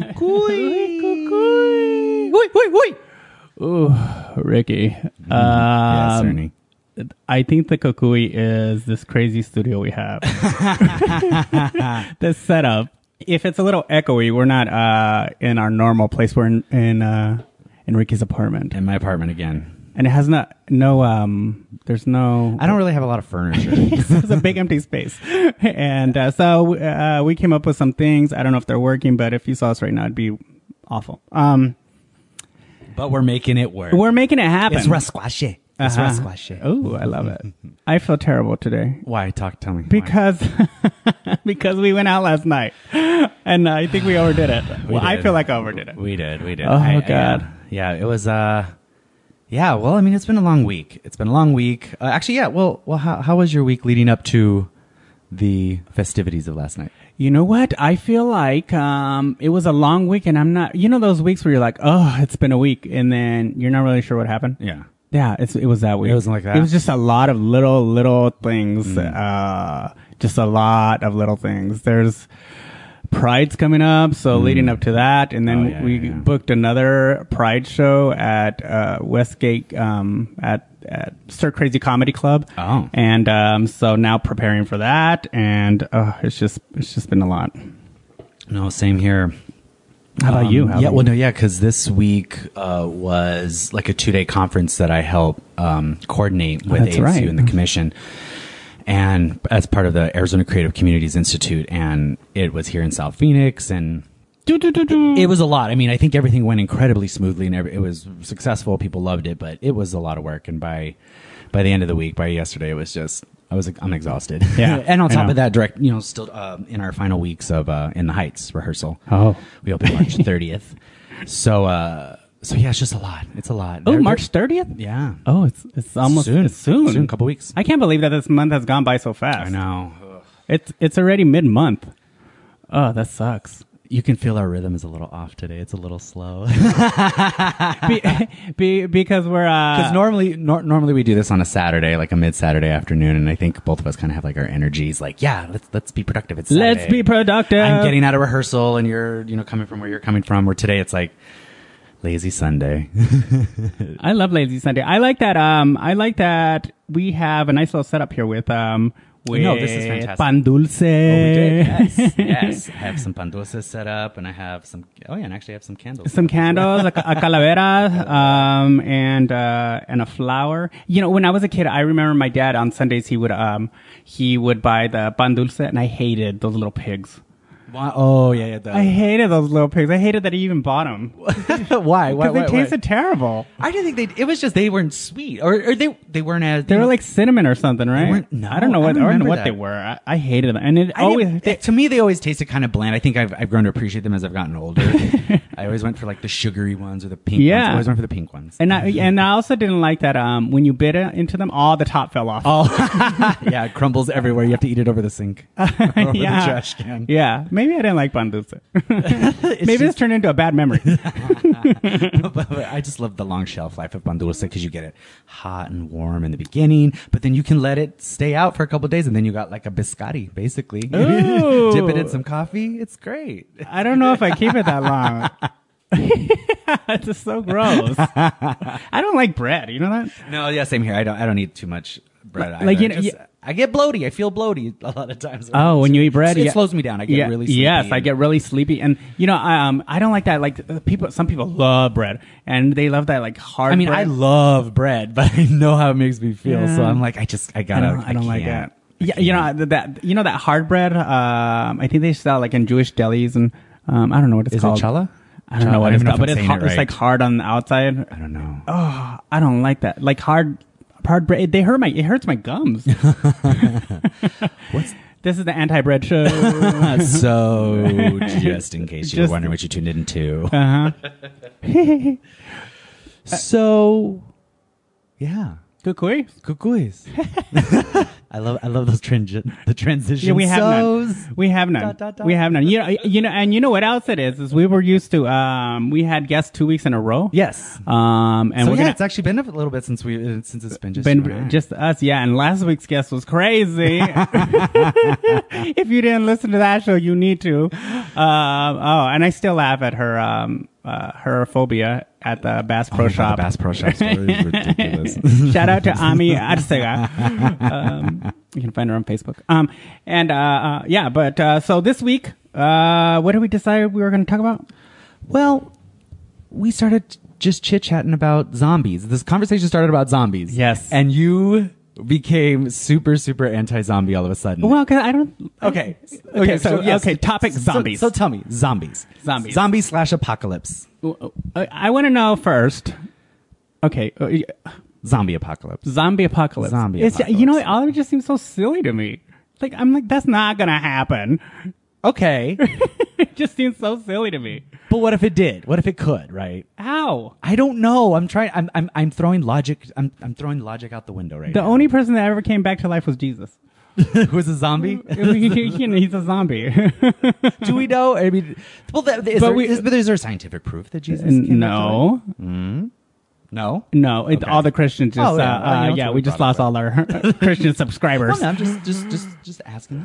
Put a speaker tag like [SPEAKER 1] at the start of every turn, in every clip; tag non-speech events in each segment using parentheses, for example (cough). [SPEAKER 1] Cucuy. Cucuy. Cucuy.
[SPEAKER 2] Ooh, Ricky.
[SPEAKER 3] Mm-hmm. yes,
[SPEAKER 2] Um,
[SPEAKER 3] Ernie.
[SPEAKER 2] I think the Kukui is this crazy studio we
[SPEAKER 3] (laughs)
[SPEAKER 2] have. this setup. If it's a little echoey, we're not uh, in our normal place. We're in in, uh, in Ricky's apartment,
[SPEAKER 3] In my apartment again.
[SPEAKER 2] and it has not no um. There's no. (laughs)
[SPEAKER 3] I don't really have a lot of furniture.
[SPEAKER 2] it's a big empty space, (laughs) and uh, so uh, we came up with some things. I don't know if they're working, but if you saw us right now, it'd be awful. Um,
[SPEAKER 3] (laughs) but we're Uh-huh. making it work.
[SPEAKER 2] we're making it happen.
[SPEAKER 3] it's rasquashe. It's rasquashe.
[SPEAKER 2] Oh, I love it.
[SPEAKER 3] (laughs)
[SPEAKER 2] I feel terrible today.
[SPEAKER 3] Why? Talk, tell me. why.
[SPEAKER 2] because (laughs) because we went out last night and i think we overdid it
[SPEAKER 3] We
[SPEAKER 2] well, i
[SPEAKER 3] did.
[SPEAKER 2] feel like i overdid it
[SPEAKER 3] We did. We did.
[SPEAKER 2] Oh, God.
[SPEAKER 3] yeah, it was. uh Yeah. Well, I mean, it's been a long week. It's been a long week. Uh, actually, yeah. Well, well, how, how was your week leading up to the festivities of last night?
[SPEAKER 2] you know what i feel like um it was a long week and i'm not you know those weeks where you're like oh it's been a week and then you're not really sure what happened
[SPEAKER 3] Yeah.
[SPEAKER 2] yeah it's, it was that week
[SPEAKER 3] It was like that? Hmm.
[SPEAKER 2] it was just a lot of little little things uh just a lot of little things there's pride's coming up so leading up to that and then
[SPEAKER 3] Hmm. Oh, yeah,
[SPEAKER 2] we
[SPEAKER 3] yeah, yeah.
[SPEAKER 2] booked another pride show at uh, westgate um, at, at sir crazy comedy club
[SPEAKER 3] Oh.
[SPEAKER 2] and um, so now preparing for that and uh, it's just it's just been a lot
[SPEAKER 3] No. Same here.
[SPEAKER 2] how about you
[SPEAKER 3] Um,
[SPEAKER 2] Alvin?
[SPEAKER 3] yeah, well, no, yeah, because this week uh, was like a two day conference that I help um, coordinate with
[SPEAKER 2] Oh, that's
[SPEAKER 3] ASU
[SPEAKER 2] right.
[SPEAKER 3] and the commission, and as part of the Arizona Creative Communities Institute, and it was here in South Phoenix, and
[SPEAKER 2] Do, do, do, do.
[SPEAKER 3] it was a lot. I mean, I think everything went incredibly smoothly, and every, it was successful. People loved it, but it was a lot of work, and by by the end of the week, by yesterday, it was just. I was I'm exhausted.
[SPEAKER 2] (laughs) Yeah,
[SPEAKER 3] and on
[SPEAKER 2] I
[SPEAKER 3] top
[SPEAKER 2] know.
[SPEAKER 3] of that, direct, you know, still uh, in our final weeks of uh, in the Heights rehearsal.
[SPEAKER 2] oh
[SPEAKER 3] We open
[SPEAKER 2] (laughs)
[SPEAKER 3] March 30th. So, uh, so yeah, it's just a lot. It's a lot.
[SPEAKER 2] oh
[SPEAKER 3] They're-
[SPEAKER 2] march 30th
[SPEAKER 3] Yeah.
[SPEAKER 2] oh it's it's almost
[SPEAKER 3] soon.
[SPEAKER 2] it's soon
[SPEAKER 3] Soon, couple weeks.
[SPEAKER 2] i can't believe that this month has gone by so fast
[SPEAKER 3] I know.
[SPEAKER 2] It's it's already mid month. Oh, that
[SPEAKER 3] (laughs)
[SPEAKER 2] sucks.
[SPEAKER 3] You can feel our rhythm is a little off today. It's a little slow. (laughs)
[SPEAKER 2] be, (laughs) be, because we're uh,
[SPEAKER 3] Because normally, nor- normally we do this on a Saturday, like a mid Saturday afternoon, and I think both of us kind of have like our energies, like yeah, let's let's be productive. It's
[SPEAKER 2] Let's be
[SPEAKER 3] Saturday.
[SPEAKER 2] productive.
[SPEAKER 3] I'm getting out of rehearsal, and you're you know coming from where you're coming from. Where today it's like lazy Sunday. (laughs)
[SPEAKER 2] I love Lazy Sunday. I like that. Um, I like that we have a nice little setup here with um. With
[SPEAKER 3] No, this is fantastic. Oh,
[SPEAKER 2] Pan dulce.
[SPEAKER 3] (laughs) Yes, yes. I have some pandosas set up, and I have some. Oh yeah, and actually I have some
[SPEAKER 2] (laughs)
[SPEAKER 3] candles.
[SPEAKER 2] Some candles, a, a calavera, um, and uh, and a flower. You know, when I was a kid, I remember my dad on Sundays he would um he would buy the pan dulce, and I hated those little pigs.
[SPEAKER 3] Why- Oh yeah, yeah. the-
[SPEAKER 2] I hated those little pigs. I hated that he even bought them.
[SPEAKER 3] (laughs) why? Why?
[SPEAKER 2] Because
[SPEAKER 3] why,
[SPEAKER 2] they
[SPEAKER 3] why?
[SPEAKER 2] tasted terrible.
[SPEAKER 3] I didn't think they. It was just they weren't sweet, or, or they they weren't as.
[SPEAKER 2] They were like cinnamon or something, right?
[SPEAKER 3] weren't- no,
[SPEAKER 2] I don't know
[SPEAKER 3] I
[SPEAKER 2] what I don't
[SPEAKER 3] remember
[SPEAKER 2] know what
[SPEAKER 3] that.
[SPEAKER 2] they were. I, I hated them, and it
[SPEAKER 3] I
[SPEAKER 2] always
[SPEAKER 3] didn't- to me, they always tasted kind of bland. I think I've, I've grown to appreciate them as I've gotten
[SPEAKER 2] (laughs)
[SPEAKER 3] older. I always went for like the sugary ones or the pink ones.
[SPEAKER 2] Yeah.
[SPEAKER 3] I always went for the pink ones.
[SPEAKER 2] and
[SPEAKER 3] (laughs)
[SPEAKER 2] I and I also didn't like that um when you bit it into them, all the top fell off.
[SPEAKER 3] oh, (laughs) yeah, it crumbles everywhere. You have to eat it over the sink, (laughs) over
[SPEAKER 2] (laughs) yeah,
[SPEAKER 3] the trash can.
[SPEAKER 2] yeah. Maybe I didn't like bandusa. (laughs) Maybe this turned into a bad
[SPEAKER 3] (laughs)
[SPEAKER 2] memory.
[SPEAKER 3] but I just (laughs) love the long shelf life of bandursa because you get it hot and warm in the beginning, but then you can let it stay out for a couple of days, and then you got like a biscotti, basically. (laughs)
[SPEAKER 2] Ooh.
[SPEAKER 3] Dip it in some coffee. It's great.
[SPEAKER 2] I don't know if I keep it that
[SPEAKER 3] (laughs)
[SPEAKER 2] long. (laughs) it's just so gross. I don't like bread. You know that?
[SPEAKER 3] No, yeah, same here. I don't. I don't eat too much bread.
[SPEAKER 2] Like,
[SPEAKER 3] either.
[SPEAKER 2] you know,
[SPEAKER 3] Just-
[SPEAKER 2] yeah.
[SPEAKER 3] I get bloaty. I feel bloaty a lot of times.
[SPEAKER 2] Oh, when you eat bread,
[SPEAKER 3] it
[SPEAKER 2] yeah.
[SPEAKER 3] slows me down. I get
[SPEAKER 2] Yeah,
[SPEAKER 3] really sleepy
[SPEAKER 2] yes, I
[SPEAKER 3] and-
[SPEAKER 2] get really sleepy, and you know, I, um, I don't like that. Like uh, people, some people love bread, and they love that like hard.
[SPEAKER 3] I mean,
[SPEAKER 2] bread.
[SPEAKER 3] I love bread, (laughs) but I know how it makes me feel. So
[SPEAKER 2] Yeah.
[SPEAKER 3] I'm like, I just, I gotta.
[SPEAKER 2] I don't, I don't like
[SPEAKER 3] can't.
[SPEAKER 2] that. Yeah, you know th- that you know that hard bread. Um, I think they sell like in Jewish delis, and um, I don't know what it's
[SPEAKER 3] Is it
[SPEAKER 2] called.
[SPEAKER 3] chala?
[SPEAKER 2] I don't
[SPEAKER 3] Chala?
[SPEAKER 2] know
[SPEAKER 3] I
[SPEAKER 2] what
[SPEAKER 3] don't
[SPEAKER 2] it's
[SPEAKER 3] even know
[SPEAKER 2] called,
[SPEAKER 3] if
[SPEAKER 2] but
[SPEAKER 3] I'm
[SPEAKER 2] it's
[SPEAKER 3] saying
[SPEAKER 2] hard,
[SPEAKER 3] it
[SPEAKER 2] it's like
[SPEAKER 3] right.
[SPEAKER 2] hard on the outside.
[SPEAKER 3] I don't know.
[SPEAKER 2] Oh, I don't like that. Like hard, hard bread. They hurt my. It hurts my
[SPEAKER 3] (laughs)
[SPEAKER 2] gums. This is the anti-bread show.
[SPEAKER 3] (laughs)
[SPEAKER 2] (laughs)
[SPEAKER 3] so just in case you
[SPEAKER 2] Just-
[SPEAKER 3] were
[SPEAKER 2] Uh-huh.
[SPEAKER 3] wondering what you tuned into. (laughs)
[SPEAKER 2] (laughs)
[SPEAKER 3] Uh huh. so, yeah.
[SPEAKER 2] Cucuy? (laughs)
[SPEAKER 3] Cucuys. I love I love those transi- the transitions.
[SPEAKER 2] Yeah, we have
[SPEAKER 3] So's.
[SPEAKER 2] none. We have none.
[SPEAKER 3] Dot, dot, dot.
[SPEAKER 2] We have none. You know, you know, and you know what else it is? Is we were used to. Um, we had guests two weeks in a row.
[SPEAKER 3] Yes.
[SPEAKER 2] Um, and
[SPEAKER 3] so
[SPEAKER 2] we're
[SPEAKER 3] yeah,
[SPEAKER 2] gonna
[SPEAKER 3] it's actually been a little bit since we uh, since it's been just
[SPEAKER 2] been
[SPEAKER 3] you and I.
[SPEAKER 2] just us, yeah. And last week's guest was
[SPEAKER 3] (laughs)
[SPEAKER 2] crazy. (laughs) if you didn't listen to that show, you need to. Um, oh, and I still laugh at her um, uh, her phobia at the Bass
[SPEAKER 3] Oh
[SPEAKER 2] Pro
[SPEAKER 3] my God,
[SPEAKER 2] Shop.
[SPEAKER 3] The Bass Pro Shop
[SPEAKER 2] (laughs)
[SPEAKER 3] story is ridiculous.
[SPEAKER 2] Shout out to
[SPEAKER 3] (laughs)
[SPEAKER 2] Ami Arcega. Um, you can find her on Facebook. Um, and uh, uh, yeah, but uh, so this week, uh, what did we decide we were going to talk about?
[SPEAKER 3] well, we started just chit chatting about zombies. This conversation started about zombies.
[SPEAKER 2] Yes.
[SPEAKER 3] and you became super super anti zombie all of a sudden.
[SPEAKER 2] Well, because I don't.
[SPEAKER 3] okay,
[SPEAKER 2] Okay, so, okay, topic
[SPEAKER 3] So-
[SPEAKER 2] zombies.
[SPEAKER 3] So, tell me, zombies,
[SPEAKER 2] Zombies.
[SPEAKER 3] zombies slash apocalypse,
[SPEAKER 2] I, want to know first. Okay, uh,
[SPEAKER 3] zombie apocalypse.
[SPEAKER 2] zombie apocalypse.
[SPEAKER 3] Zombie
[SPEAKER 2] it's, You know,
[SPEAKER 3] apocalypse.
[SPEAKER 2] all of it just seems so silly to me. Like I'm like, that's not gonna happen. (laughs)
[SPEAKER 3] Okay,
[SPEAKER 2] it just seems so silly to me.
[SPEAKER 3] but what if it did? What if it could? Right.
[SPEAKER 2] How?
[SPEAKER 3] I don't know. I'm trying. I'm I'm, I'm throwing logic. I'm I'm throwing logic out the window right
[SPEAKER 2] The
[SPEAKER 3] now.
[SPEAKER 2] only person that ever came back to life was
[SPEAKER 3] (laughs)
[SPEAKER 2] Jesus. (laughs)
[SPEAKER 3] Who's a zombie? (laughs)
[SPEAKER 2] you know, he's a zombie.
[SPEAKER 3] Do we know? I mean, well, that, is
[SPEAKER 2] But
[SPEAKER 3] there,
[SPEAKER 2] we-
[SPEAKER 3] is, but is there scientific proof that Jesus? came back to life?
[SPEAKER 2] no,
[SPEAKER 3] no.
[SPEAKER 2] no. It,
[SPEAKER 3] Okay.
[SPEAKER 2] All the Christians just,
[SPEAKER 3] Oh, yeah.
[SPEAKER 2] yeah,
[SPEAKER 3] Well, you
[SPEAKER 2] uh,
[SPEAKER 3] know,
[SPEAKER 2] yeah
[SPEAKER 3] that's
[SPEAKER 2] we
[SPEAKER 3] what
[SPEAKER 2] just
[SPEAKER 3] we
[SPEAKER 2] lost all our (laughs) Christian subscribers.
[SPEAKER 3] Well, Oh, I'm just just just just asking.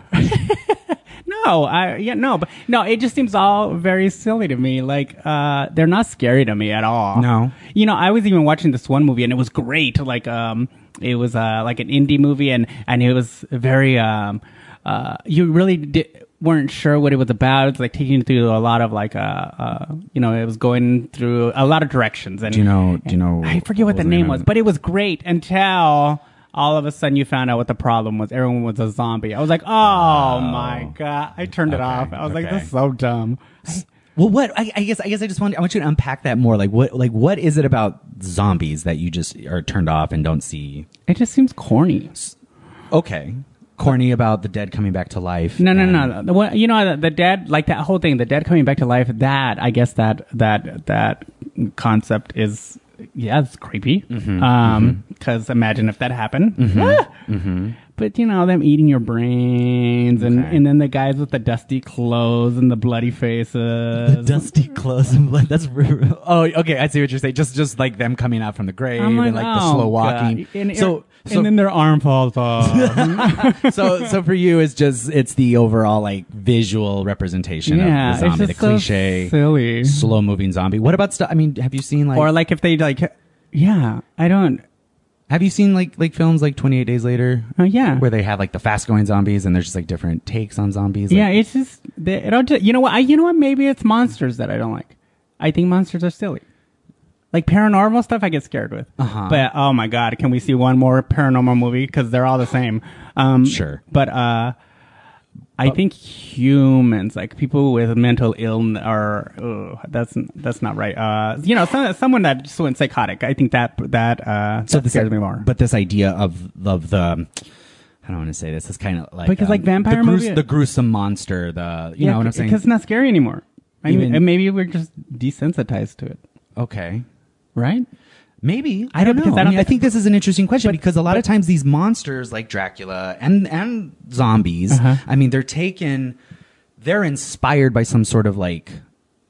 [SPEAKER 2] No, I yeah no, but no, it just seems all very silly to me. Like uh, they're not scary to me at all.
[SPEAKER 3] No.
[SPEAKER 2] you know, I was even watching this one movie and it was great. Like um, it was uh like an indie movie and and it was very um, uh, you really di- weren't sure what it was about. It's like taking you through a lot of like uh, uh, you know, it was going through a lot of directions. And
[SPEAKER 3] Do you know- do you know
[SPEAKER 2] I forget what, the
[SPEAKER 3] what was the name
[SPEAKER 2] name
[SPEAKER 3] of
[SPEAKER 2] was,
[SPEAKER 3] it?
[SPEAKER 2] but it was great until. All of a sudden, you found out what the problem was. Everyone was a zombie. I was like, "Oh my god!" I turned it
[SPEAKER 3] Okay,
[SPEAKER 2] off. I was like,
[SPEAKER 3] okay.
[SPEAKER 2] "This is so dumb."
[SPEAKER 3] Well, what I, I guess I guess I just want I want you to unpack that more. Like what like what is it about zombies that you just are turned off and don't see?
[SPEAKER 2] It just seems corny.
[SPEAKER 3] Okay, corny about the dead coming back to life.
[SPEAKER 2] No, no,
[SPEAKER 3] and-
[SPEAKER 2] no. The one- You know, the, the dead, like that whole thing, the dead coming back to life. That I guess that that that concept is, yeah, it's creepy.
[SPEAKER 3] Mm-hmm,
[SPEAKER 2] Um, because imagine if that happened. Ah! But you know them eating your brains, and
[SPEAKER 3] mm-hmm. Okay.
[SPEAKER 2] and then the guys with the dusty clothes and the bloody (laughs) faces.
[SPEAKER 3] (laughs) Dusty clothes and blood. That's oh, okay. I see what you're saying. Just, just like them coming out from the grave
[SPEAKER 2] I'm
[SPEAKER 3] and like the
[SPEAKER 2] "Oh,
[SPEAKER 3] slow
[SPEAKER 2] God."
[SPEAKER 3] walking.
[SPEAKER 2] And,
[SPEAKER 3] so,
[SPEAKER 2] and
[SPEAKER 3] so,
[SPEAKER 2] then their arm falls off. (laughs)
[SPEAKER 3] so, so for you, it's just it's the overall like visual representation
[SPEAKER 2] yeah,
[SPEAKER 3] of the zombie,
[SPEAKER 2] it's
[SPEAKER 3] the
[SPEAKER 2] just so
[SPEAKER 3] cliche,
[SPEAKER 2] silly.
[SPEAKER 3] slow moving zombie. What about stuff? I mean, have you seen like,
[SPEAKER 2] or like if they like, yeah, I don't.
[SPEAKER 3] have you seen like like films like Twenty Eight Days Later?
[SPEAKER 2] Oh, yeah.
[SPEAKER 3] where they have like the fast going zombies and there's just like different takes on zombies.
[SPEAKER 2] Yeah,
[SPEAKER 3] like-
[SPEAKER 2] it's just they, it all just you know what I you know what maybe it's monsters that I don't like. I think monsters are silly. Like paranormal stuff, I get scared with.
[SPEAKER 3] Uh-huh.
[SPEAKER 2] But oh my god, can we see one more paranormal movie? Because they're all the same. Um,
[SPEAKER 3] Sure.
[SPEAKER 2] But uh, I think humans, like people with mental illness, are oh, that's that's not right. Uh, you know, some, someone that just went psychotic. I think that that uh, that
[SPEAKER 3] this-
[SPEAKER 2] scares me more.
[SPEAKER 3] But this idea of of the um, I don't want to say this. It's kind of like um,
[SPEAKER 2] Because, like, vampire
[SPEAKER 3] the, grues-
[SPEAKER 2] movie-
[SPEAKER 3] the gruesome monster. The you know what I'm saying?
[SPEAKER 2] Because it's not scary anymore. I mean,
[SPEAKER 3] Even-
[SPEAKER 2] and maybe we're just desensitized to it,
[SPEAKER 3] okay,
[SPEAKER 2] right?
[SPEAKER 3] maybe I don't know.
[SPEAKER 2] because I
[SPEAKER 3] I,
[SPEAKER 2] don't
[SPEAKER 3] mean, I
[SPEAKER 2] think-
[SPEAKER 3] think this is an interesting question because a lot of times these monsters like Dracula and and zombies.
[SPEAKER 2] Uh-huh.
[SPEAKER 3] I mean, they're taken. They're inspired by some sort of like.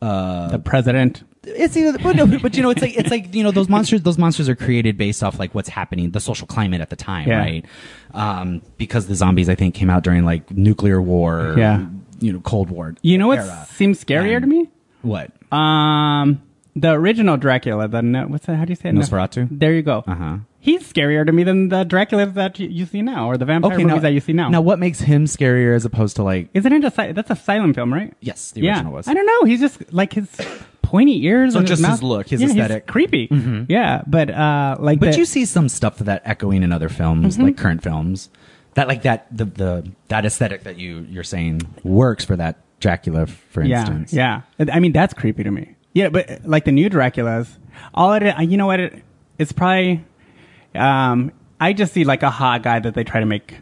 [SPEAKER 3] Uh,
[SPEAKER 2] The president.
[SPEAKER 3] it's either, but, no, but you know, it's like it's like you know those monsters. Those monsters are created based off like what's happening, the social climate at the time,
[SPEAKER 2] Yeah.
[SPEAKER 3] right? Um, because the zombies, I think, came out during like nuclear war,
[SPEAKER 2] Yeah.
[SPEAKER 3] you know, Cold War.
[SPEAKER 2] You know what
[SPEAKER 3] era.
[SPEAKER 2] seems scarier
[SPEAKER 3] And-
[SPEAKER 2] to me?
[SPEAKER 3] What?
[SPEAKER 2] Um, the original Dracula. The no, what's that? How do you say it?
[SPEAKER 3] Nosferatu?
[SPEAKER 2] There you go.
[SPEAKER 3] Uh-huh.
[SPEAKER 2] He's scarier to me than the Dracula that you, you see now, or the vampire movies that you see now.
[SPEAKER 3] Now, what makes him scarier as opposed to like?
[SPEAKER 2] isn't it a si- that's a silent film, right?
[SPEAKER 3] Yes, the
[SPEAKER 2] yeah.
[SPEAKER 3] original was.
[SPEAKER 2] I don't know. He's just like his pointy ears.
[SPEAKER 3] So
[SPEAKER 2] and
[SPEAKER 3] just
[SPEAKER 2] mouth.
[SPEAKER 3] his look, his
[SPEAKER 2] Yeah, he's
[SPEAKER 3] aesthetic. Mm-hmm.
[SPEAKER 2] creepy. Yeah, but uh, like,
[SPEAKER 3] But
[SPEAKER 2] the-
[SPEAKER 3] you see some stuff that echoing in other films,
[SPEAKER 2] Mm-hmm.
[SPEAKER 3] like current films, that like that the the that aesthetic that you you're saying works for that Dracula, for
[SPEAKER 2] yeah,
[SPEAKER 3] instance.
[SPEAKER 2] yeah. I mean, that's creepy to me. Yeah, but uh, like the new Draculas, all it, uh, you know what? It, it's probably, um, I just see like a hot guy that they try to make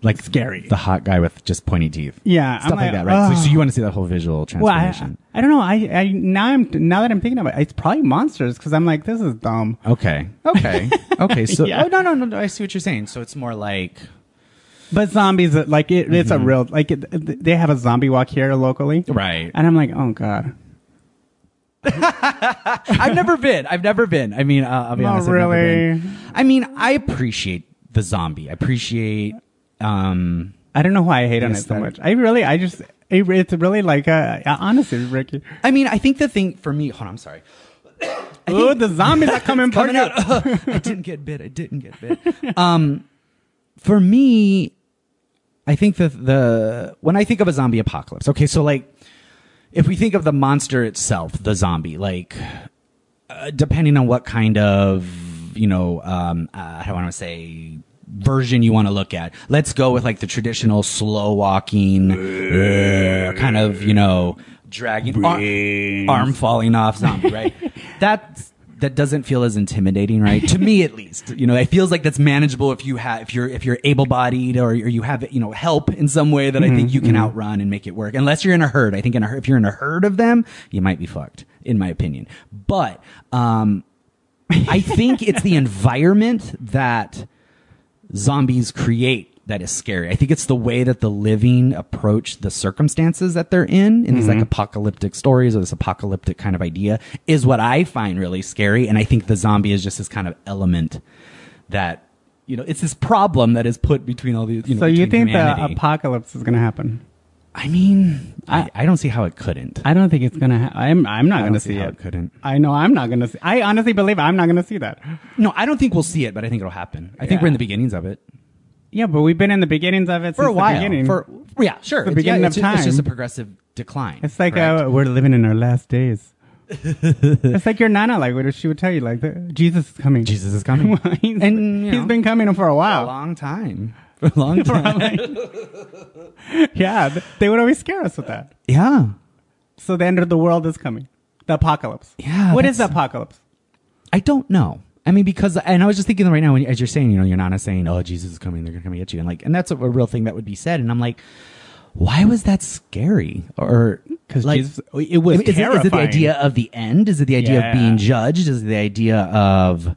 [SPEAKER 3] like
[SPEAKER 2] Scary.
[SPEAKER 3] The hot guy with just pointy teeth.
[SPEAKER 2] Yeah,
[SPEAKER 3] stuff
[SPEAKER 2] I'm
[SPEAKER 3] like,
[SPEAKER 2] like,
[SPEAKER 3] that, right? So,
[SPEAKER 2] "Ugh."
[SPEAKER 3] so you want to see that whole visual
[SPEAKER 2] Well, I,
[SPEAKER 3] transformation?
[SPEAKER 2] I don't know. I, I now I'm now that I'm thinking about it, it's probably monsters because I'm like, this is dumb.
[SPEAKER 3] okay,
[SPEAKER 2] (laughs)
[SPEAKER 3] okay, okay. So
[SPEAKER 2] Yeah.
[SPEAKER 3] oh no, no, no, no, I see what you're saying. So it's more
[SPEAKER 2] (laughs)
[SPEAKER 3] like
[SPEAKER 2] But zombies, uh, like it, it's
[SPEAKER 3] Mm-hmm.
[SPEAKER 2] a real like it, th- they have a zombie walk here locally,
[SPEAKER 3] right.
[SPEAKER 2] and I'm like, oh god,
[SPEAKER 3] I've never been. I've never been. I mean, uh, I'll be
[SPEAKER 2] Not
[SPEAKER 3] honest. I've never
[SPEAKER 2] really.
[SPEAKER 3] been. I mean, I appreciate the zombie. I appreciate. um
[SPEAKER 2] I don't know why I hate on it
[SPEAKER 3] Yes,
[SPEAKER 2] so
[SPEAKER 3] that-
[SPEAKER 2] much. I really, I just, it, it's really like, uh, honestly, Ricky,
[SPEAKER 3] I mean, I think the thing for me. Hold on, I'm sorry.
[SPEAKER 2] oh, the zombies
[SPEAKER 3] (laughs)
[SPEAKER 2] are coming,
[SPEAKER 3] coming out. (laughs) Ugh, I didn't get bit. I didn't get bit. Um, for me, I think that the when I think of a zombie apocalypse, okay, so like if we think of the monster itself, the zombie, like uh, depending on what kind of you know, um, uh, how do I want to say version you want to look at. Let's go with like the traditional slow walking uh, kind of you know dragging ar- arm falling off zombie, right? That's that doesn't feel as intimidating, right? to me, at least, you know, it feels like that's manageable if you have if you're if you're able bodied or, or you have you know help in some way that I think you can outrun and make it work. Unless you're in a herd, I think in a herd, if you're in a herd of them, you might be fucked, in my opinion. But um, I think it's the environment that zombies create that is scary. I think it's the way that the living approach the circumstances that they're in in these
[SPEAKER 2] Mm-hmm.
[SPEAKER 3] like apocalyptic stories or this apocalyptic kind of idea is what I find really scary. And I think the zombie is just this kind of element that you know it's this problem that is put between all these. You know,
[SPEAKER 2] so you
[SPEAKER 3] between
[SPEAKER 2] think the
[SPEAKER 3] humanity.
[SPEAKER 2] apocalypse is gonna happen?
[SPEAKER 3] I mean, I, I don't see how it couldn't.
[SPEAKER 2] I don't think it's gonna. Ha- I'm I'm not
[SPEAKER 3] don't
[SPEAKER 2] gonna
[SPEAKER 3] see
[SPEAKER 2] see
[SPEAKER 3] how
[SPEAKER 2] it.
[SPEAKER 3] it couldn't.
[SPEAKER 2] I know I'm not gonna see. I honestly believe I'm not gonna see that.
[SPEAKER 3] No, I don't think we'll see it, but I think it'll happen. I think
[SPEAKER 2] Yeah.
[SPEAKER 3] we're in the beginnings of it.
[SPEAKER 2] Yeah, but we've been in the beginnings of it
[SPEAKER 3] for
[SPEAKER 2] since
[SPEAKER 3] a while.
[SPEAKER 2] The beginning.
[SPEAKER 3] For yeah, sure.
[SPEAKER 2] The
[SPEAKER 3] It's-
[SPEAKER 2] beginning
[SPEAKER 3] yeah,
[SPEAKER 2] of
[SPEAKER 3] it's just, It's just a
[SPEAKER 2] time.
[SPEAKER 3] progressive decline.
[SPEAKER 2] it's like
[SPEAKER 3] correct?
[SPEAKER 2] uh, we're living in our last
[SPEAKER 3] (laughs)
[SPEAKER 2] days. it's like your nana, like what she would tell you, like the, Jesus is coming.
[SPEAKER 3] Jesus is coming.
[SPEAKER 2] (laughs) he's,
[SPEAKER 3] And, you
[SPEAKER 2] he's
[SPEAKER 3] know,
[SPEAKER 2] been coming for a
[SPEAKER 3] a
[SPEAKER 2] while. (laughs)
[SPEAKER 3] long time. (laughs) For a long time.
[SPEAKER 2] yeah, th- they would always scare us with that.
[SPEAKER 3] yeah.
[SPEAKER 2] So the end of the world is coming. The apocalypse.
[SPEAKER 3] Yeah,
[SPEAKER 2] What is the
[SPEAKER 3] that's-
[SPEAKER 2] apocalypse?
[SPEAKER 3] I don't know. I mean, because and I was just thinking right now when, as you're saying, you know, your nana's saying, "Oh, Jesus is coming. They're gonna come and get you," and like, and that's a, a real thing that would be said. And I'm like, why was that scary? Or
[SPEAKER 2] 'Cause
[SPEAKER 3] like,
[SPEAKER 2] Jesus- it was
[SPEAKER 3] is it- is it the
[SPEAKER 2] terrifying.
[SPEAKER 3] idea of the end? Is it the idea
[SPEAKER 2] Yeah.
[SPEAKER 3] of being judged? Is it the idea of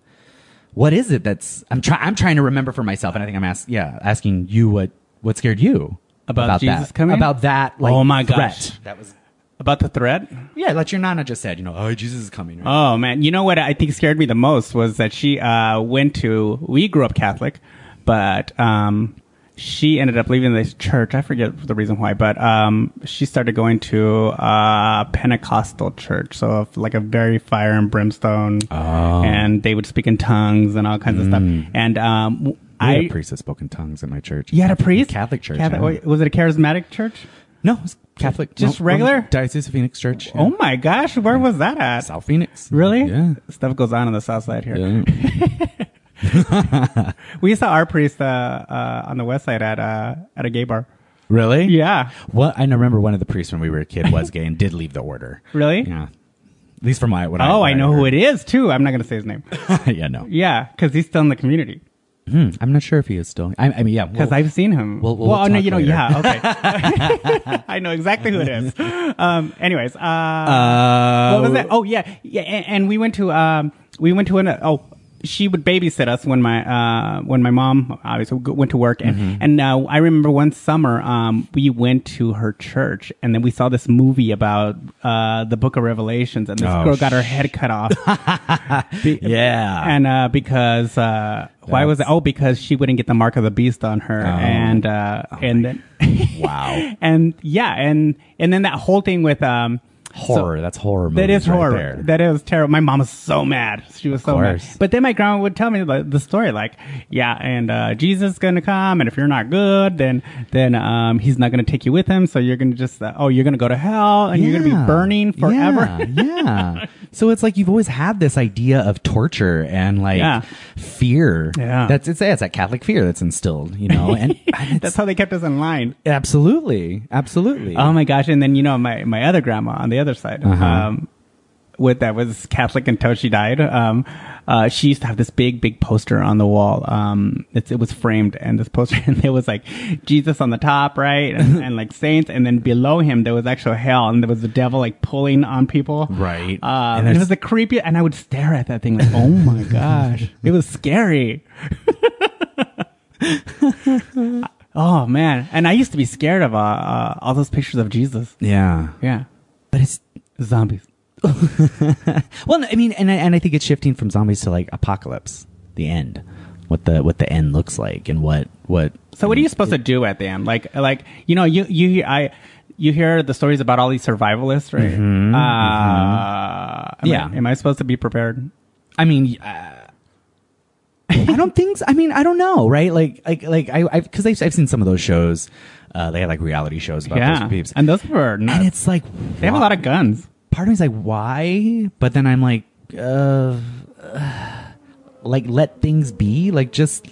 [SPEAKER 3] what is it that's I'm trying I'm trying to remember for myself, and I think I'm asking yeah asking you what what scared you
[SPEAKER 2] About Jesus
[SPEAKER 3] that
[SPEAKER 2] coming?
[SPEAKER 3] about that like
[SPEAKER 2] Oh my
[SPEAKER 3] threat.
[SPEAKER 2] gosh.
[SPEAKER 3] that was
[SPEAKER 2] About the threat?
[SPEAKER 3] yeah like your nana just said you know oh Jesus is coming right?
[SPEAKER 2] Oh man, you know what I think scared me the most was that she uh, went to. We grew up Catholic, but um, she ended up leaving this church. I forget the reason why, but um, she started going to a Pentecostal church, so of- like a very fire and brimstone,
[SPEAKER 3] Oh.
[SPEAKER 2] and they would speak in tongues and all kinds of stuff. And um, w-
[SPEAKER 3] I
[SPEAKER 2] I
[SPEAKER 3] Mm. had a priest that spoke in tongues in my church.
[SPEAKER 2] you had a priest,
[SPEAKER 3] Catholic church.
[SPEAKER 2] Catholic-
[SPEAKER 3] yeah.
[SPEAKER 2] wait, was it a charismatic church?
[SPEAKER 3] No, it was Catholic.
[SPEAKER 2] Just
[SPEAKER 3] No,
[SPEAKER 2] regular?
[SPEAKER 3] Diocese of Phoenix Church. yeah.
[SPEAKER 2] Oh my gosh, where was that at?
[SPEAKER 3] South Phoenix.
[SPEAKER 2] Really?
[SPEAKER 3] Yeah.
[SPEAKER 2] Stuff goes on on the south side here.
[SPEAKER 3] Yeah.
[SPEAKER 2] We saw our priest uh, uh, on the west side at uh, at a gay bar.
[SPEAKER 3] (laughs) really?
[SPEAKER 2] Yeah.
[SPEAKER 3] Well, I remember one of the priests when we were a kid was gay and did leave the order.
[SPEAKER 2] Really?
[SPEAKER 3] Yeah. At least from my what
[SPEAKER 2] Oh, I know who it is too. I'm not gonna say his name.
[SPEAKER 3] is. (laughs) yeah, no.
[SPEAKER 2] Yeah, because he's still in the community.
[SPEAKER 3] Hmm, I'm not sure if he is still. I, I mean, yeah.
[SPEAKER 2] Because
[SPEAKER 3] well,
[SPEAKER 2] I've seen him.
[SPEAKER 3] we'll- we'll
[SPEAKER 2] well oh, no,
[SPEAKER 3] talk
[SPEAKER 2] you know,
[SPEAKER 3] later.
[SPEAKER 2] yeah, okay.
[SPEAKER 3] (laughs)
[SPEAKER 2] (laughs) I know exactly who it is. Um, anyways, uh,
[SPEAKER 3] Uh,
[SPEAKER 2] what was that? Oh yeah, yeah. And, and we went to um, we went to an oh. She would babysit us when my uh, when my mom obviously go- went to work, and
[SPEAKER 3] Mm-hmm.
[SPEAKER 2] and uh, I remember one summer um, we went to her church, and then we saw this movie about uh, the Book of Revelations, and this
[SPEAKER 3] Oh,
[SPEAKER 2] girl got her head cut
[SPEAKER 3] (laughs)
[SPEAKER 2] off. Be-
[SPEAKER 3] Uh, Yeah.
[SPEAKER 2] and uh, because uh, why was it? Oh, because she wouldn't get the mark of the beast on her, and uh, and then
[SPEAKER 3] Oh, (laughs) wow.
[SPEAKER 2] (laughs) and yeah, and and then that whole thing with um so-
[SPEAKER 3] Horror. that's horror.
[SPEAKER 2] that
[SPEAKER 3] movies
[SPEAKER 2] is horror.
[SPEAKER 3] Right there.
[SPEAKER 2] That is terrible. My mom was so mad. She was so mad.
[SPEAKER 3] course.
[SPEAKER 2] But then my grandma would tell me the, the story, like, yeah, and uh, Jesus is gonna come, and if you're not good, then then um, he's not gonna take you with him. So you're gonna just uh, oh, you're gonna go to hell, and you're gonna be
[SPEAKER 3] Yeah.
[SPEAKER 2] burning forever.
[SPEAKER 3] Yeah, (laughs) yeah. so it's like you've always had this idea of torture and like
[SPEAKER 2] Yeah.
[SPEAKER 3] fear.
[SPEAKER 2] Yeah.
[SPEAKER 3] That's it's, yeah, it's that Catholic fear that's instilled, you know. (laughs) And, and
[SPEAKER 2] (laughs) That's
[SPEAKER 3] it's,
[SPEAKER 2] how they kept us in line.
[SPEAKER 3] absolutely, absolutely.
[SPEAKER 2] Oh my gosh! And then you know my my other grandma on the other side. Um, with that was Catholic until she died. Um, uh, she used to have this big, big poster on the wall. Um, it's, it was framed, and this poster, (laughs) and it was like Jesus on the top, right, (laughs) and, and like saints, and then below him there was actual hell, and there was the devil like pulling on people,
[SPEAKER 3] Right.
[SPEAKER 2] Um,
[SPEAKER 3] And
[SPEAKER 2] and it
[SPEAKER 3] it's-
[SPEAKER 2] was the creepy, and I would stare at that thing like, oh
[SPEAKER 3] (laughs)
[SPEAKER 2] my gosh, it was scary. oh man, and I used to be scared of uh, uh, all those pictures of Jesus.
[SPEAKER 3] Yeah.
[SPEAKER 2] Yeah,
[SPEAKER 3] But it's
[SPEAKER 2] zombies.
[SPEAKER 3] well, no, I mean, and I, and I think it's shifting from zombies to like apocalypse, the end, what the what the end looks like, and what what.
[SPEAKER 2] So what are you supposed to do at the end? Like, like you know, you you I you hear the stories about all these survivalists, right? uh, am I-
[SPEAKER 3] Mm-hmm, Yeah.
[SPEAKER 2] am I supposed to be prepared?
[SPEAKER 3] I mean, uh, I don't (laughs) think. So. I mean, I don't know, right? Like, like, like I, I because I've, I've seen some of those shows. Uh, they had like reality shows about
[SPEAKER 2] yeah,
[SPEAKER 3] those peeps,
[SPEAKER 2] and those were nuts.
[SPEAKER 3] and it's like
[SPEAKER 2] they have a lot of guns.
[SPEAKER 3] part of me's like, why? But then I'm like, uh, uh, like let things be. Like just,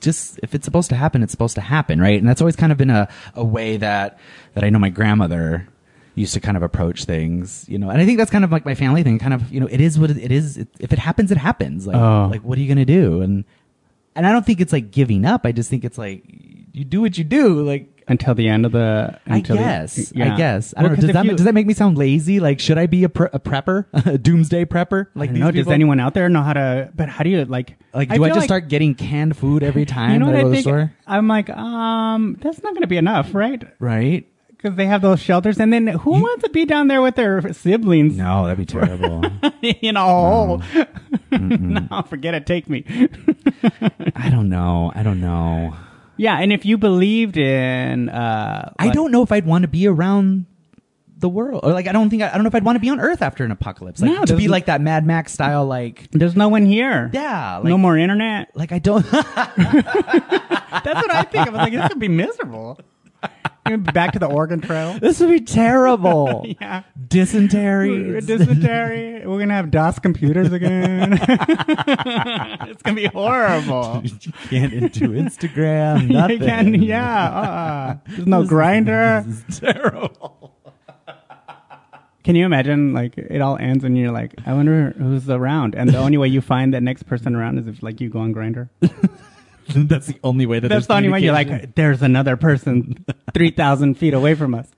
[SPEAKER 3] just if it's supposed to happen, it's supposed to happen, right? And that's always kind of been a a way that that I know my grandmother used to kind of approach things, you know. And I think that's kind of like my family thing. Kind of, you know, it is what it, it is. It, if it happens, it happens. Like,
[SPEAKER 2] Oh.
[SPEAKER 3] like what are you gonna do? And and I don't think it's like giving up. I just think it's like you do what you do. Like
[SPEAKER 2] Until the end of the, until
[SPEAKER 3] I
[SPEAKER 2] the-
[SPEAKER 3] guess.
[SPEAKER 2] yeah.
[SPEAKER 3] I guess. I
[SPEAKER 2] Well,
[SPEAKER 3] don't
[SPEAKER 2] 'cause
[SPEAKER 3] know. Does
[SPEAKER 2] if
[SPEAKER 3] that,
[SPEAKER 2] you-
[SPEAKER 3] does that make me sound lazy? Like, should I be a, pre- a prepper, (laughs) a doomsday prepper?
[SPEAKER 2] I
[SPEAKER 3] Like,
[SPEAKER 2] don't
[SPEAKER 3] these
[SPEAKER 2] know,
[SPEAKER 3] people?
[SPEAKER 2] does anyone out there know how to? But how do you like?
[SPEAKER 3] Like, do I,
[SPEAKER 2] feel
[SPEAKER 3] just
[SPEAKER 2] like-
[SPEAKER 3] start getting canned food every time
[SPEAKER 2] You know what
[SPEAKER 3] that I
[SPEAKER 2] I
[SPEAKER 3] go to the
[SPEAKER 2] think?
[SPEAKER 3] store?
[SPEAKER 2] I'm like, um, that's not going to be enough, right?
[SPEAKER 3] Right?
[SPEAKER 2] Because they have those shelters, and then who wants to be down there with their siblings?
[SPEAKER 3] No, that'd be terrible.
[SPEAKER 2] (laughs) you (laughs) know, (laughs) no, forget it. Take me.
[SPEAKER 3] (laughs) I don't know. I don't know.
[SPEAKER 2] Yeah, and if you believed in, uh,
[SPEAKER 3] I
[SPEAKER 2] like-
[SPEAKER 3] don't know if I'd want to be around the world, or like, I don't think I, I don't know if I'd want to be on Earth after an apocalypse. Like,
[SPEAKER 2] No,
[SPEAKER 3] to be
[SPEAKER 2] doesn't-
[SPEAKER 3] like that Mad Max style, like,
[SPEAKER 2] There's no one here.
[SPEAKER 3] yeah, like,
[SPEAKER 2] no more internet.
[SPEAKER 3] Like, I don't. (laughs)
[SPEAKER 2] That's what I think. I was like, this could be
[SPEAKER 3] (laughs)
[SPEAKER 2] miserable. Back to the Oregon Trail.
[SPEAKER 3] this would be terrible.
[SPEAKER 2] Yeah.
[SPEAKER 3] (laughs)
[SPEAKER 2] (laughs)
[SPEAKER 3] Dysentery.
[SPEAKER 2] Dysentery. We're gonna have DOS computers again. (laughs) it's gonna be horrible.
[SPEAKER 3] (laughs) you can't into (laughs) Instagram. Nothing.
[SPEAKER 2] (laughs) You can, yeah. Uh, there's no grinder.
[SPEAKER 3] It's terrible.
[SPEAKER 2] Can you imagine? Like it all ends, and you're like, I wonder who's around. And the only way you find that next person around is if like you go on grinder.
[SPEAKER 3] (laughs) That's the only way that.
[SPEAKER 2] That's
[SPEAKER 3] there's
[SPEAKER 2] the only way you're
[SPEAKER 3] communication.
[SPEAKER 2] like, there's another person (laughs) 3,000 feet away from us.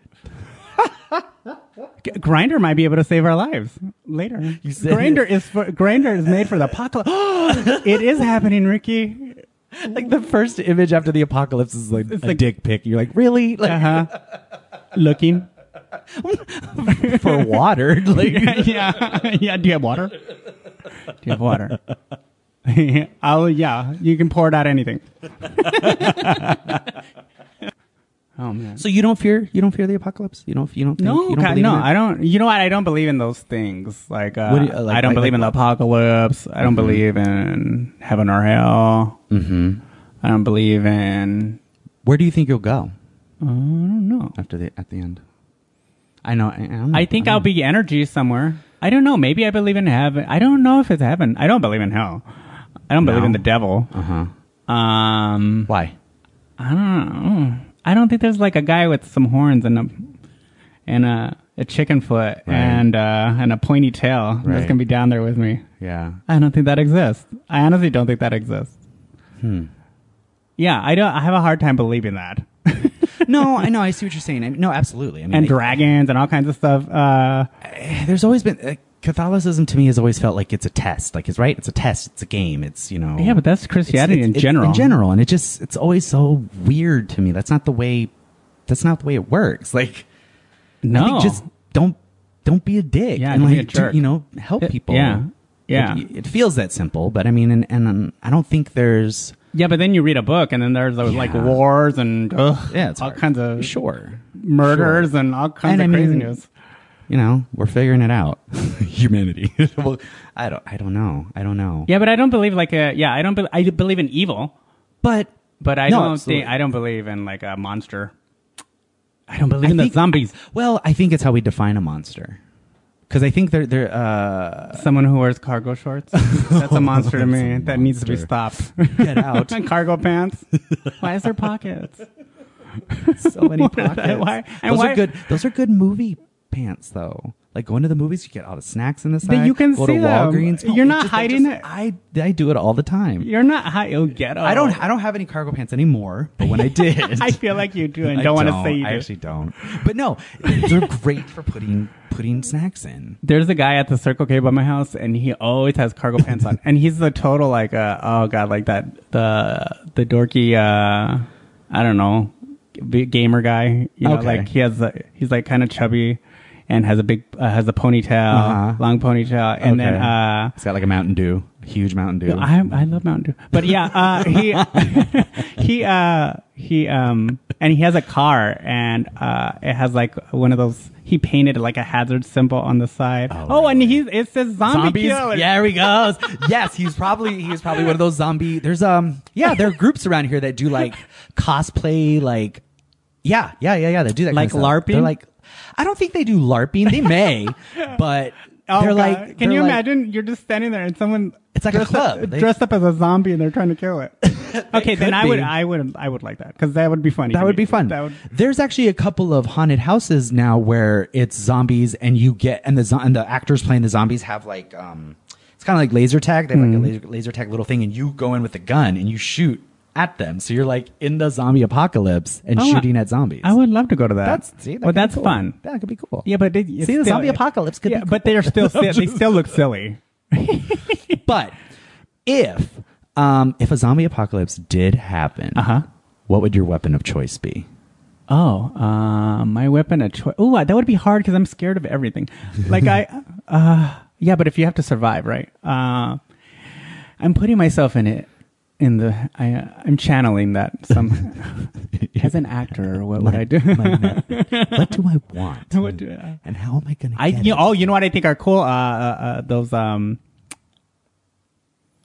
[SPEAKER 2] Grinder might be able to save our lives later.
[SPEAKER 3] You said
[SPEAKER 2] Grinder is for, Grinder is made for the apocalypse. (gasps) it is happening, Ricky.
[SPEAKER 3] like the first image after the apocalypse is like
[SPEAKER 2] It's
[SPEAKER 3] a
[SPEAKER 2] like-
[SPEAKER 3] dick pic. You're like, really? (laughs) Like
[SPEAKER 2] Uh huh. Looking. (laughs)
[SPEAKER 3] for water? (laughs) Like
[SPEAKER 2] yeah, yeah. Do you have water? Do you have water? (laughs) I'll, yeah, you can pour it out anything. (laughs) oh man.
[SPEAKER 3] so you don't fear you don't fear the apocalypse? You don't you don't think,
[SPEAKER 2] No,
[SPEAKER 3] you don't
[SPEAKER 2] God,
[SPEAKER 3] believe
[SPEAKER 2] no,
[SPEAKER 3] in it?
[SPEAKER 2] I don't. You know what? I don't believe in those things. Like, uh,
[SPEAKER 3] What Mm-hmm. do you- uh, like-
[SPEAKER 2] I don't
[SPEAKER 3] like-
[SPEAKER 2] believe in the
[SPEAKER 3] like-
[SPEAKER 2] apocalypse. I don't believe in heaven or hell. Mm-hmm. I don't believe in.
[SPEAKER 3] Where do you think you'll go
[SPEAKER 2] I don't know.
[SPEAKER 3] after the at the end? I know. I, I, don't know.
[SPEAKER 2] I think
[SPEAKER 3] I
[SPEAKER 2] I'll
[SPEAKER 3] don't know.
[SPEAKER 2] be energy somewhere. I don't know. Maybe I believe in heaven. I don't know if it's heaven. I don't believe in hell. I don't believe
[SPEAKER 3] No.
[SPEAKER 2] in the devil.
[SPEAKER 3] Uh-huh.
[SPEAKER 2] Um,
[SPEAKER 3] Why?
[SPEAKER 2] I don't know. I don't think there's like a guy with some horns and a and a, a chicken foot and uh, and a pointy tail that's
[SPEAKER 3] Right.
[SPEAKER 2] gonna be down there with me.
[SPEAKER 3] Yeah.
[SPEAKER 2] I don't think that exists. I honestly don't think that exists. Hmm. Yeah, I don't. I have a hard time believing that.
[SPEAKER 3] (laughs)
[SPEAKER 2] (laughs)
[SPEAKER 3] no, I know. I see what you're saying. I, no, absolutely. I mean,
[SPEAKER 2] and
[SPEAKER 3] I-
[SPEAKER 2] dragons and all kinds of stuff. Uh,
[SPEAKER 3] there's always been uh, Catholicism to me has always felt like it's a test. Like it's right, it's a test, it's a game, it's you know.
[SPEAKER 2] yeah, but that's
[SPEAKER 3] it's-
[SPEAKER 2] Christianity
[SPEAKER 3] it's-
[SPEAKER 2] in
[SPEAKER 3] it's-
[SPEAKER 2] general.
[SPEAKER 3] In general, and it just it's always so weird to me. That's not the way. That's not the way it works. Like I
[SPEAKER 2] no,
[SPEAKER 3] think just don't don't be a dick.
[SPEAKER 2] Yeah,
[SPEAKER 3] and
[SPEAKER 2] don't
[SPEAKER 3] like
[SPEAKER 2] be a
[SPEAKER 3] do-
[SPEAKER 2] jerk.
[SPEAKER 3] you know help
[SPEAKER 2] It-
[SPEAKER 3] people.
[SPEAKER 2] yeah. Yeah.
[SPEAKER 3] It, it feels that simple, but I mean, and, and um, I don't think there's
[SPEAKER 2] yeah. But then you read a book, and then there's those, like
[SPEAKER 3] Yeah.
[SPEAKER 2] wars and ugh,
[SPEAKER 3] yeah, it's
[SPEAKER 2] all
[SPEAKER 3] hard.
[SPEAKER 2] kinds of
[SPEAKER 3] sure
[SPEAKER 2] murders and all kinds
[SPEAKER 3] And
[SPEAKER 2] of
[SPEAKER 3] I mean-
[SPEAKER 2] craziness.
[SPEAKER 3] You know, we're figuring it out, (laughs) humanity. (laughs) well, I don't I don't know. I don't know.
[SPEAKER 2] Yeah, but I don't believe like a yeah. I don't. Be- I believe in evil,
[SPEAKER 3] but
[SPEAKER 2] but I
[SPEAKER 3] No,
[SPEAKER 2] don't
[SPEAKER 3] absolutely.
[SPEAKER 2] think I don't believe in like a monster. I don't believe in the
[SPEAKER 3] I think-
[SPEAKER 2] zombies.
[SPEAKER 3] Well, I think it's how we define a monster. Because I think they're they're uh,
[SPEAKER 2] Someone who wears cargo shorts. That's a monster to
[SPEAKER 3] (laughs)
[SPEAKER 2] me. That needs to be stopped.
[SPEAKER 3] get out
[SPEAKER 2] (laughs) cargo pants. Why is there pockets?
[SPEAKER 3] so many
[SPEAKER 2] What did I-
[SPEAKER 3] pockets.
[SPEAKER 2] (laughs) why- and
[SPEAKER 3] those
[SPEAKER 2] why-
[SPEAKER 3] are good. Those are good movie pants, though. Like going to the movies, you get all the snacks in the
[SPEAKER 2] But
[SPEAKER 3] side.
[SPEAKER 2] you can
[SPEAKER 3] go
[SPEAKER 2] see
[SPEAKER 3] to
[SPEAKER 2] them.
[SPEAKER 3] Walgreens.
[SPEAKER 2] You're
[SPEAKER 3] it
[SPEAKER 2] not
[SPEAKER 3] I
[SPEAKER 2] hiding it.
[SPEAKER 3] I I do it all the time.
[SPEAKER 2] You're not high. Oh, get up.
[SPEAKER 3] I don't I don't have any cargo pants anymore,
[SPEAKER 2] (laughs)
[SPEAKER 3] but when I did,
[SPEAKER 2] I feel like you do, and
[SPEAKER 3] I
[SPEAKER 2] don't want to say you
[SPEAKER 3] I
[SPEAKER 2] do.
[SPEAKER 3] actually don't. But no, they're great for putting putting snacks in.
[SPEAKER 2] There's a guy at the Circle K by my house, and he always has cargo pants on, and he's the total like, uh, oh god, like that the the dorky, uh, I don't know, big gamer guy. You know,
[SPEAKER 3] Okay.
[SPEAKER 2] like he has the, he's like kind of chubby, and has a big uh, has a ponytail,
[SPEAKER 3] Uh-huh.
[SPEAKER 2] long ponytail, and then
[SPEAKER 3] Okay.
[SPEAKER 2] uh,
[SPEAKER 3] It's got like a Mountain Dew, huge Mountain Dew.
[SPEAKER 2] I I love Mountain Dew, but yeah, uh, he (laughs) he uh, he um and he has a car and uh, it has like one of those. He painted like a hazard symbol on the side. Oh, and he it says zombie
[SPEAKER 3] Zombies.
[SPEAKER 2] killer.
[SPEAKER 3] Yeah, there he goes. yes, he's probably he's probably one of those zombie. There's um yeah, there are groups around here that do like cosplay like yeah yeah yeah yeah they do that
[SPEAKER 2] Like
[SPEAKER 3] kind of stuff. They're
[SPEAKER 2] LARPing?
[SPEAKER 3] like I don't think they do LARPing.
[SPEAKER 2] (laughs)
[SPEAKER 3] They may, but
[SPEAKER 2] Oh,
[SPEAKER 3] they're
[SPEAKER 2] God.
[SPEAKER 3] like
[SPEAKER 2] can
[SPEAKER 3] they're
[SPEAKER 2] you
[SPEAKER 3] like-
[SPEAKER 2] imagine? You're just standing there and someone
[SPEAKER 3] It's like a
[SPEAKER 2] dressed up-
[SPEAKER 3] club. They-
[SPEAKER 2] dressed up as a zombie and they're trying to kill
[SPEAKER 3] (laughs)
[SPEAKER 2] it. okay, then
[SPEAKER 3] could
[SPEAKER 2] I would
[SPEAKER 3] be.
[SPEAKER 2] I would I would like that because that would be funny.
[SPEAKER 3] That
[SPEAKER 2] to
[SPEAKER 3] would
[SPEAKER 2] me.
[SPEAKER 3] be fun.
[SPEAKER 2] That would.
[SPEAKER 3] There's actually a couple of haunted houses now where it's zombies and you get and the zo- and the actors playing the zombies have like um it's kind of like laser tag. They have like a
[SPEAKER 2] Mm-hmm.
[SPEAKER 3] laser, laser tag little thing and you go in with a gun and you shoot at them. So you're like in the zombie apocalypse and
[SPEAKER 2] Oh, I-
[SPEAKER 3] shooting at zombies.
[SPEAKER 2] I would love to go to that.
[SPEAKER 3] that's see, that
[SPEAKER 2] but
[SPEAKER 3] could be
[SPEAKER 2] that's
[SPEAKER 3] cool.
[SPEAKER 2] fun.
[SPEAKER 3] That could be cool.
[SPEAKER 2] Yeah, but they, it's
[SPEAKER 3] See, the
[SPEAKER 2] still-
[SPEAKER 3] zombie apocalypse could
[SPEAKER 2] yeah,
[SPEAKER 3] be
[SPEAKER 2] but
[SPEAKER 3] cool.
[SPEAKER 2] they're
[SPEAKER 3] (laughs)
[SPEAKER 2] still si- they still look silly.
[SPEAKER 3] But if um if a zombie apocalypse did happen,
[SPEAKER 2] Uh-huh.
[SPEAKER 3] what would your weapon of
[SPEAKER 2] (laughs)
[SPEAKER 3] choice be?
[SPEAKER 2] Oh, uh, my weapon of choice. Ooh, that would be hard because I'm scared of everything. Like I, (laughs) uh, yeah, but if you have to survive, right? Uh, I'm putting myself in it. In the, I, uh, I'm channeling that
[SPEAKER 3] (laughs)
[SPEAKER 2] some as an actor. What would I do?
[SPEAKER 3] My method. what do I want?
[SPEAKER 2] What do I-
[SPEAKER 3] and how am I going to
[SPEAKER 2] (laughs) I, you oh, you know what I think are cool? Uh, uh, uh those um.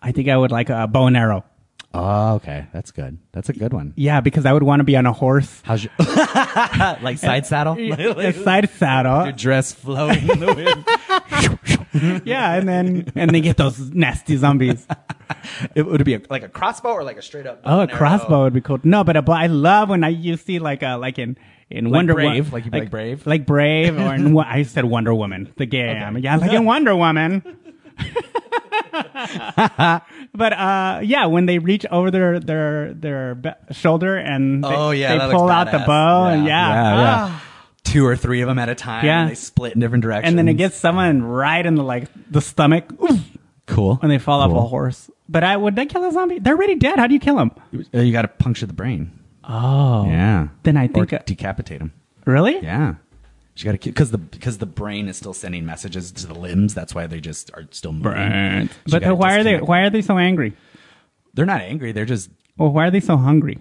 [SPEAKER 2] I think I would like a bow and arrow.
[SPEAKER 3] Oh, okay. That's good. That's a good one.
[SPEAKER 2] Yeah, because I would want to be on a
[SPEAKER 3] (laughs)
[SPEAKER 2] horse,
[SPEAKER 3] How's your like side saddle?
[SPEAKER 2] (laughs) a side saddle.
[SPEAKER 3] Your dress flowing in the wind.
[SPEAKER 2] (laughs) Yeah, and then and they get those nasty zombies.
[SPEAKER 3] (laughs) it would be a, like a crossbow or like a straight up.
[SPEAKER 2] Oh, a crossbow would be cool. No, but, a bow I love when I you see like uh like in in Wonder
[SPEAKER 3] Brave,
[SPEAKER 2] Wo-
[SPEAKER 3] like you'd be like Brave?
[SPEAKER 2] like Brave, or
[SPEAKER 3] (laughs)
[SPEAKER 2] in, Wo- I said Wonder Woman, the gay I am. Yeah, like in Wonder
[SPEAKER 3] (laughs)
[SPEAKER 2] Woman. (laughs) but uh, yeah, when they reach over their their their be- shoulder and they,
[SPEAKER 3] Oh yeah,
[SPEAKER 2] they
[SPEAKER 3] that looks
[SPEAKER 2] pull out the
[SPEAKER 3] badass.
[SPEAKER 2] bow, and yeah,
[SPEAKER 3] yeah,
[SPEAKER 2] Ah.
[SPEAKER 3] yeah. Two or three of them at a time.
[SPEAKER 2] Yeah.
[SPEAKER 3] and they split in different directions.
[SPEAKER 2] and then it gets someone right in the like the stomach, oof,
[SPEAKER 3] cool.
[SPEAKER 2] and they fall
[SPEAKER 3] Cool.
[SPEAKER 2] off a horse. But I would they kill a zombie? They're already dead. How do you kill them?
[SPEAKER 3] Uh, You got to puncture the brain.
[SPEAKER 2] Oh,
[SPEAKER 3] Yeah.
[SPEAKER 2] Then I
[SPEAKER 3] Or
[SPEAKER 2] think uh, I-
[SPEAKER 3] decapitate him.
[SPEAKER 2] really?
[SPEAKER 3] Yeah. You got to because the because the brain is still sending messages to the limbs. That's why they just are still moving. So you
[SPEAKER 2] But
[SPEAKER 3] gotta
[SPEAKER 2] then why are they
[SPEAKER 3] disconnect.
[SPEAKER 2] why are they so angry?
[SPEAKER 3] They're not angry. They're
[SPEAKER 2] (laughs)
[SPEAKER 3] just
[SPEAKER 2] Well, why are they so hungry?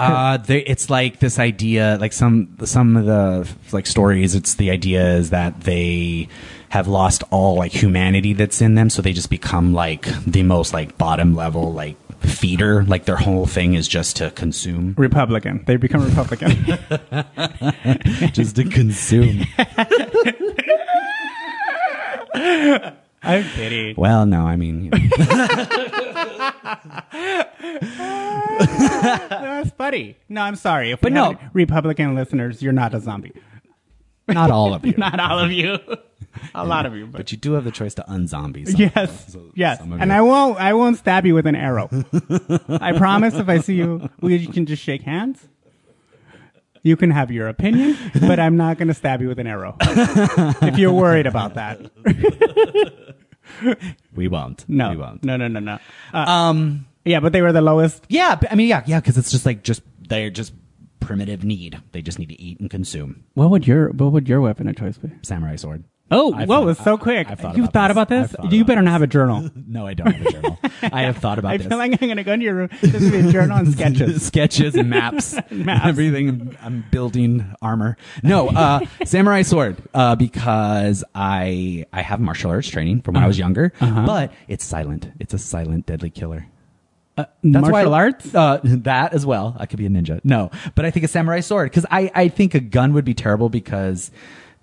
[SPEAKER 3] Uh, they, it's like this idea, like some some of the like stories. It's the idea is that they have lost all like humanity that's in them, so they just become like the most like bottom level like feeder. Like their whole thing is just to consume,
[SPEAKER 2] (laughs) Republican. They
[SPEAKER 3] (laughs)
[SPEAKER 2] become Republican.
[SPEAKER 3] just to consume.
[SPEAKER 2] (laughs) I'm kidding.
[SPEAKER 3] (laughs) well, no, I mean, you know.
[SPEAKER 2] That's funny. No, I'm sorry. If
[SPEAKER 3] But
[SPEAKER 2] we have
[SPEAKER 3] no.
[SPEAKER 2] any Republican listeners, you're not a
[SPEAKER 3] (laughs)
[SPEAKER 2] zombie.
[SPEAKER 3] not all of you,
[SPEAKER 2] (laughs) Not all of
[SPEAKER 3] (laughs)
[SPEAKER 2] you. a lot of you, but,
[SPEAKER 3] but you do have the choice to unzombie. some-
[SPEAKER 2] (laughs) yes,
[SPEAKER 3] (laughs) so-
[SPEAKER 2] yes.
[SPEAKER 3] some of
[SPEAKER 2] And
[SPEAKER 3] you.
[SPEAKER 2] I won't. I won't stab you with an
[SPEAKER 3] (laughs)
[SPEAKER 2] arrow. I promise. If I see you, we can just shake hands. You can have your opinion, but I'm not going to stab you with an arrow.
[SPEAKER 3] (laughs)
[SPEAKER 2] if you're worried about that,
[SPEAKER 3] we won't.
[SPEAKER 2] no,
[SPEAKER 3] we won't.
[SPEAKER 2] no, no, no, no. Uh,
[SPEAKER 3] Um.
[SPEAKER 2] yeah, but they were the lowest
[SPEAKER 3] Yeah, but- I mean, yeah, yeah, because it's just like just they're just primitive need. They just need to eat and consume.
[SPEAKER 2] What would your what would your weapon of choice be?
[SPEAKER 3] Samurai sword.
[SPEAKER 2] Oh,
[SPEAKER 3] I've
[SPEAKER 2] whoa,
[SPEAKER 3] thought-
[SPEAKER 2] it's so
[SPEAKER 3] I-
[SPEAKER 2] quick.
[SPEAKER 3] I've thought
[SPEAKER 2] You've
[SPEAKER 3] about
[SPEAKER 2] thought
[SPEAKER 3] this.
[SPEAKER 2] about this?
[SPEAKER 3] I've thought
[SPEAKER 2] you
[SPEAKER 3] about
[SPEAKER 2] better
[SPEAKER 3] this.
[SPEAKER 2] not have a (laughs) journal.
[SPEAKER 3] No, I don't have
[SPEAKER 2] (laughs)
[SPEAKER 3] a journal. I have thought about
[SPEAKER 2] I
[SPEAKER 3] this.
[SPEAKER 2] feel like I'm going to go into your room. There's going to be a journal (laughs) and sketches.
[SPEAKER 3] (laughs) sketches and maps,
[SPEAKER 2] (laughs) Maps.
[SPEAKER 3] everything. I'm building armor.
[SPEAKER 2] (laughs)
[SPEAKER 3] No, uh, samurai sword uh, because I I have martial arts training from when I
[SPEAKER 2] Uh-huh.
[SPEAKER 3] was younger, but it's silent. It's a silent, deadly killer.
[SPEAKER 2] Martial arts?
[SPEAKER 3] Uh, (laughs) that as well. I could be a ninja. No, but I think a samurai sword because I, I think a gun would be terrible because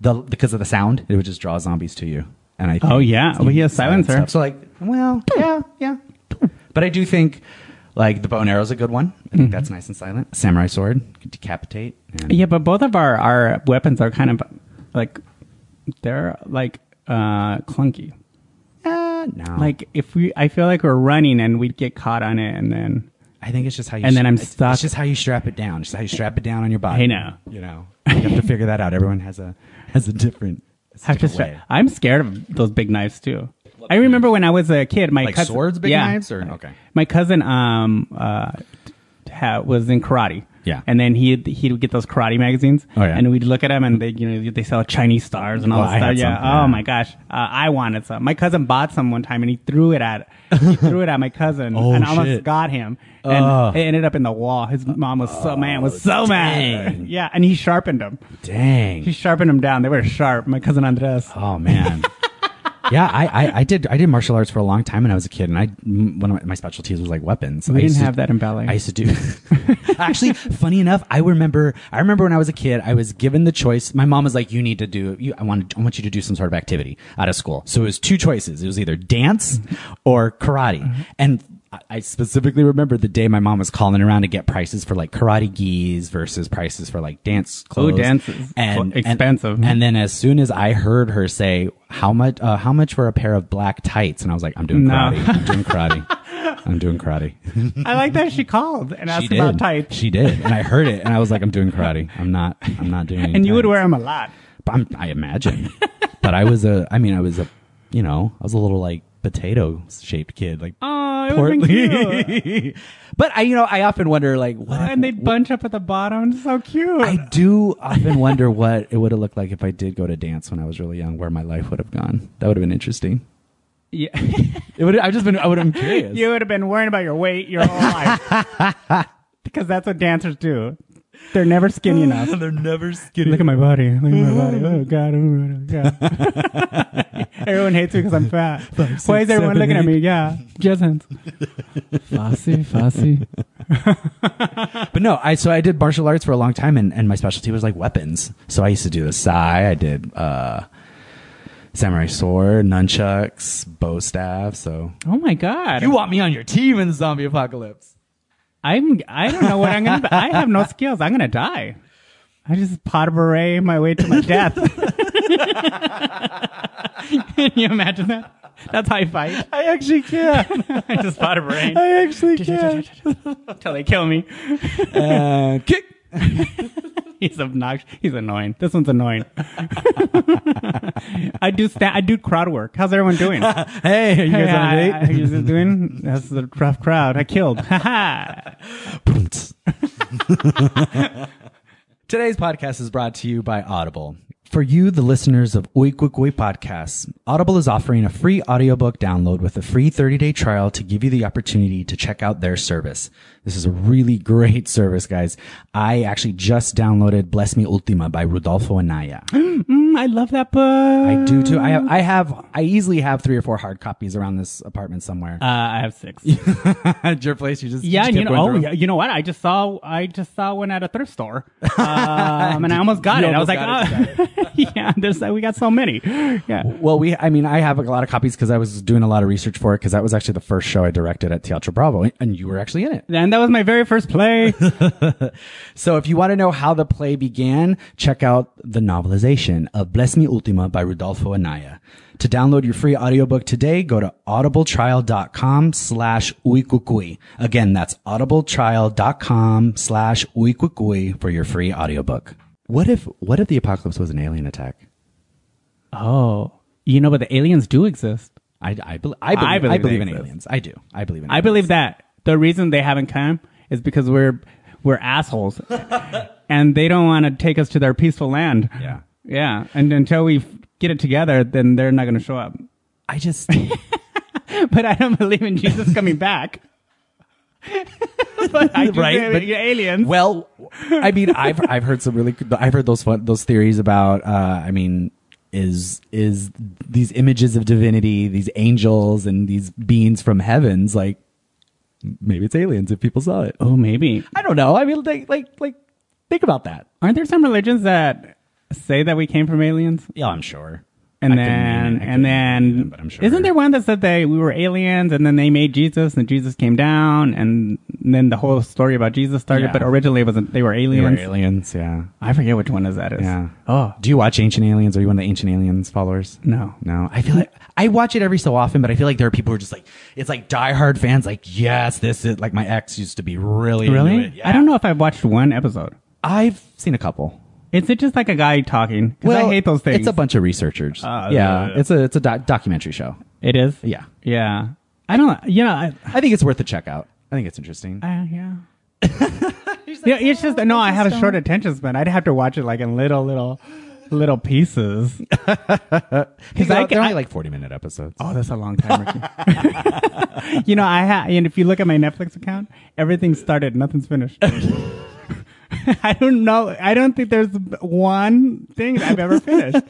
[SPEAKER 3] the because of the sound it would just draw zombies to you. And I think
[SPEAKER 2] Oh, yeah. Well, he has silencer.
[SPEAKER 3] stuff. So like, well, yeah, yeah. But I do think like the bow and arrow is a good one. I think
[SPEAKER 2] Mm-hmm.
[SPEAKER 3] that's nice and silent. Samurai sword could decapitate. and-
[SPEAKER 2] Yeah, but both of our, our weapons are kind of like they're like uh, clunky.
[SPEAKER 3] Uh, no.
[SPEAKER 2] Like if we, I feel like we're running and we'd get caught on it, and then
[SPEAKER 3] I think it's just how you.
[SPEAKER 2] And then I'm
[SPEAKER 3] it's-
[SPEAKER 2] stuck.
[SPEAKER 3] It's just how you strap it down. It's just how you strap it down on your body.
[SPEAKER 2] I know.
[SPEAKER 3] You know, you have to figure that out. Everyone has a has a different. has a
[SPEAKER 2] have to.
[SPEAKER 3] different
[SPEAKER 2] Stra-
[SPEAKER 3] way.
[SPEAKER 2] I'm scared of those big knives too. I remember when I was a kid, my
[SPEAKER 3] Like
[SPEAKER 2] cousin,
[SPEAKER 3] swords, big
[SPEAKER 2] yeah.
[SPEAKER 3] knives, or- okay.
[SPEAKER 2] My cousin um uh ha, was in karate.
[SPEAKER 3] Yeah.
[SPEAKER 2] and then he he would get those karate magazines.
[SPEAKER 3] Oh, yeah.
[SPEAKER 2] and we'd look at them, and they you know they sell Chinese stars and all
[SPEAKER 3] Oh,
[SPEAKER 2] that
[SPEAKER 3] I
[SPEAKER 2] stuff.
[SPEAKER 3] had
[SPEAKER 2] Yeah.
[SPEAKER 3] some, yeah.
[SPEAKER 2] Oh my gosh, uh, I wanted some. My cousin bought some one time, and he threw it at he
[SPEAKER 3] (laughs)
[SPEAKER 2] threw it at my cousin,
[SPEAKER 3] Oh,
[SPEAKER 2] and almost
[SPEAKER 3] shit.
[SPEAKER 2] got him, and
[SPEAKER 3] Ugh. Oh,
[SPEAKER 2] it ended up in the wall. His mom was so man was so
[SPEAKER 3] dang.
[SPEAKER 2] mad. yeah, and he sharpened them. He
[SPEAKER 3] Dang.
[SPEAKER 2] sharpened them down. They were sharp. My cousin Andres.
[SPEAKER 3] Oh
[SPEAKER 2] (laughs)
[SPEAKER 3] man. yeah, I, I I did I did martial arts for a long time when I was a kid, and I m- one of my, my specialties was like weapons.
[SPEAKER 2] We
[SPEAKER 3] I
[SPEAKER 2] didn't
[SPEAKER 3] used to-
[SPEAKER 2] have that in ballet.
[SPEAKER 3] I used to do. (laughs) Actually, funny enough, I remember. I remember when I was a kid, I was given the choice. My mom was like, "You need to do. You, I want. I want you to do some sort of activity out of school." So it was two choices. It was either dance or karate,
[SPEAKER 2] Mm-hmm.
[SPEAKER 3] and. I- I specifically remember the day my mom was calling around to get prices for like karate gis versus prices for like dance clothes.
[SPEAKER 2] dance is cl- expensive.
[SPEAKER 3] And, then as soon as I heard her say how much, uh, how much were a pair of black tights, and I was like, I'm doing
[SPEAKER 2] No.
[SPEAKER 3] karate. I'm
[SPEAKER 2] (laughs)
[SPEAKER 3] doing karate. I'm doing karate.
[SPEAKER 2] I like that she called and asked about tights.
[SPEAKER 3] She did, and I heard it, and I was like, "I'm doing karate. I'm not. I'm not doing."
[SPEAKER 2] And you would wear them a lot.
[SPEAKER 3] I'm, I imagine, but I was a. I mean, I was a. You know, I was a little like potato shaped kid, like
[SPEAKER 2] Oh, it would cute.
[SPEAKER 3] portly. (laughs) but I, you know, I often wonder, like, (laughs) what?
[SPEAKER 2] And they'd bunch up at the bottom. So cute. (laughs)
[SPEAKER 3] I do often wonder what it would have looked like if I did go to dance when I was really young, where my life would have gone. That would have been interesting.
[SPEAKER 2] yeah.
[SPEAKER 3] It would. I've just been. I would have been
[SPEAKER 2] (laughs)
[SPEAKER 3] curious.
[SPEAKER 2] you would have been worrying about your weight your whole life.
[SPEAKER 3] (laughs)
[SPEAKER 2] because that's what dancers do. They're never skinny enough.
[SPEAKER 3] (laughs) They're never skinny.
[SPEAKER 2] Look at my body. Look at my
[SPEAKER 3] (laughs)
[SPEAKER 2] body. Oh, God. Oh, God. everyone hates me because I'm fat.
[SPEAKER 3] six,
[SPEAKER 2] Why is everyone
[SPEAKER 3] seven,
[SPEAKER 2] looking at
[SPEAKER 3] eight.
[SPEAKER 2] me? Yeah. Just hands. Fussy, fussy.
[SPEAKER 3] But no, I so I did martial arts for a long time, and, and my specialty was like weapons. So I used to do the sai, I did uh, samurai sword, nunchucks, bow staff. So
[SPEAKER 2] Oh, my God.
[SPEAKER 3] you want me on your team in the zombie apocalypse?
[SPEAKER 2] I'm. I don't know what I'm gonna. I have no skills. I'm gonna die. I just pot beret my way
[SPEAKER 3] (laughs)
[SPEAKER 2] to my death. Can you imagine that? That's how I fight.
[SPEAKER 3] I actually can.
[SPEAKER 2] I just pot beret
[SPEAKER 3] I (laughs) actually can.
[SPEAKER 2] until they kill me.
[SPEAKER 3] uh, kick.
[SPEAKER 2] He's obnoxious. He's annoying. This one's annoying. (laughs) I do. Sta- I do crowd work. How's everyone
[SPEAKER 3] (laughs)
[SPEAKER 2] doing?
[SPEAKER 3] Hey, are you guys
[SPEAKER 2] Hey,
[SPEAKER 3] on
[SPEAKER 2] I-
[SPEAKER 3] a
[SPEAKER 2] I- how
[SPEAKER 3] date?
[SPEAKER 2] you guys doing? That's the rough crowd. I killed. (laughs) Ha ha.
[SPEAKER 3] (laughs) Today's podcast is brought to you by Audible. For you, the listeners of Oi Quick Oi podcasts, Audible is offering a free audiobook download with a free 30-day trial to give you the opportunity to check out their service. This is a really great (laughs) service, guys. I actually just downloaded Bless Me Ultima by Rudolfo Anaya. (gasps)
[SPEAKER 2] Mm, I love that book.
[SPEAKER 3] I do too. I have, I have, I easily have three or four hard copies around this apartment somewhere.
[SPEAKER 2] Uh, I have six.
[SPEAKER 3] (laughs) At your place, you just
[SPEAKER 2] Yeah,
[SPEAKER 3] just
[SPEAKER 2] and you
[SPEAKER 3] kept
[SPEAKER 2] know,
[SPEAKER 3] going
[SPEAKER 2] oh,
[SPEAKER 3] through
[SPEAKER 2] yeah, you know what? I just saw, I just saw one at a thrift store, um, and I almost (laughs) got
[SPEAKER 3] You
[SPEAKER 2] it.
[SPEAKER 3] almost
[SPEAKER 2] I was like, oh. (laughs) yeah, there's, we got so many. Yeah,
[SPEAKER 3] Well, we, I mean, I have a lot of copies because I was doing a lot of research for it because that was actually the first show I directed at Teatro Bravo and you were actually in it.
[SPEAKER 2] and that was my very first play.
[SPEAKER 3] So if you want to know how the play began, check out the novelization of Bless Me Ultima by Rudolfo Anaya. To download your free audiobook today, go to audibletrial.com slash uikukui. Again, that's audibletrial.com slash uikukui for your free audiobook. What if, what if the apocalypse was an alien attack?
[SPEAKER 2] (laughs) oh, you know, but the aliens do exist.
[SPEAKER 3] I, I, bel I, believe, I
[SPEAKER 2] believe
[SPEAKER 3] believe,
[SPEAKER 2] they
[SPEAKER 3] in
[SPEAKER 2] exist.
[SPEAKER 3] aliens. I do. I believe in
[SPEAKER 2] I believe that the reason they haven't come is because we're we're (laughs) assholes, and they don't want to take us to their peaceful land.
[SPEAKER 3] Yeah.
[SPEAKER 2] yeah, and until we f- get it together, then they're not going to show up.
[SPEAKER 3] I just...
[SPEAKER 2] But I don't believe in
[SPEAKER 3] (laughs)
[SPEAKER 2] Jesus coming back. but I do
[SPEAKER 3] Right,
[SPEAKER 2] believe
[SPEAKER 3] but-
[SPEAKER 2] in aliens.
[SPEAKER 3] Well, I mean, I've I've heard some really I've heard those fun, those theories about. Uh, I mean, is is these images of divinity, these angels, and these beings from heavens like maybe it's aliens if people saw it.
[SPEAKER 2] Oh, maybe.
[SPEAKER 3] I don't know. I mean, like like like think about that.
[SPEAKER 2] Aren't there some religions that say that we came from aliens?
[SPEAKER 3] Yeah, I'm sure.
[SPEAKER 2] And
[SPEAKER 3] I couldn't name
[SPEAKER 2] then,
[SPEAKER 3] it. I couldn't
[SPEAKER 2] and
[SPEAKER 3] name it,
[SPEAKER 2] then,
[SPEAKER 3] but I'm sure.
[SPEAKER 2] isn't there one that said they we were aliens, and then they made Jesus, and Jesus came down, and then the whole story about Jesus started.
[SPEAKER 3] Yeah.
[SPEAKER 2] But originally, it wasn't they were
[SPEAKER 3] They were
[SPEAKER 2] aliens.
[SPEAKER 3] aliens, yeah.
[SPEAKER 2] I forget which one is that is.
[SPEAKER 3] Yeah.
[SPEAKER 2] Oh
[SPEAKER 3] Do you watch Ancient Aliens? Are you one of the Ancient Aliens followers?
[SPEAKER 2] No.
[SPEAKER 3] No. I feel like I watch it every so often, but I feel like there are people who are just like it's like diehard fans like, yes, this is like my ex used to be really
[SPEAKER 2] really?
[SPEAKER 3] into it. Yeah.
[SPEAKER 2] I don't know if I've watched one episode.
[SPEAKER 3] I've seen a couple.
[SPEAKER 2] Is it just like a guy talking? Because I hate those things.
[SPEAKER 3] It's a bunch of researchers.
[SPEAKER 2] Ah,
[SPEAKER 3] yeah,
[SPEAKER 2] yeah, yeah.
[SPEAKER 3] It's a it's a doc- documentary show.
[SPEAKER 2] it is.
[SPEAKER 3] Yeah.
[SPEAKER 2] Yeah. I don't. Yeah. I,
[SPEAKER 3] I think it's worth a check out. I think it's interesting.
[SPEAKER 2] Uh, (laughs) yeah. yeah, it's just no. I have a short attention span. I'd have to watch it like in little, little, little pieces. (laughs)
[SPEAKER 3] Because
[SPEAKER 2] I
[SPEAKER 3] they're,
[SPEAKER 2] can-
[SPEAKER 3] they're only
[SPEAKER 2] I-
[SPEAKER 3] like forty minute episodes.
[SPEAKER 2] Oh, that's a long time. Ricky. (laughs) you know, I ha- and if you look at my Netflix account, everything started, nothing's finished. (laughs) I don't know. I don't think there's one thing I've ever finished.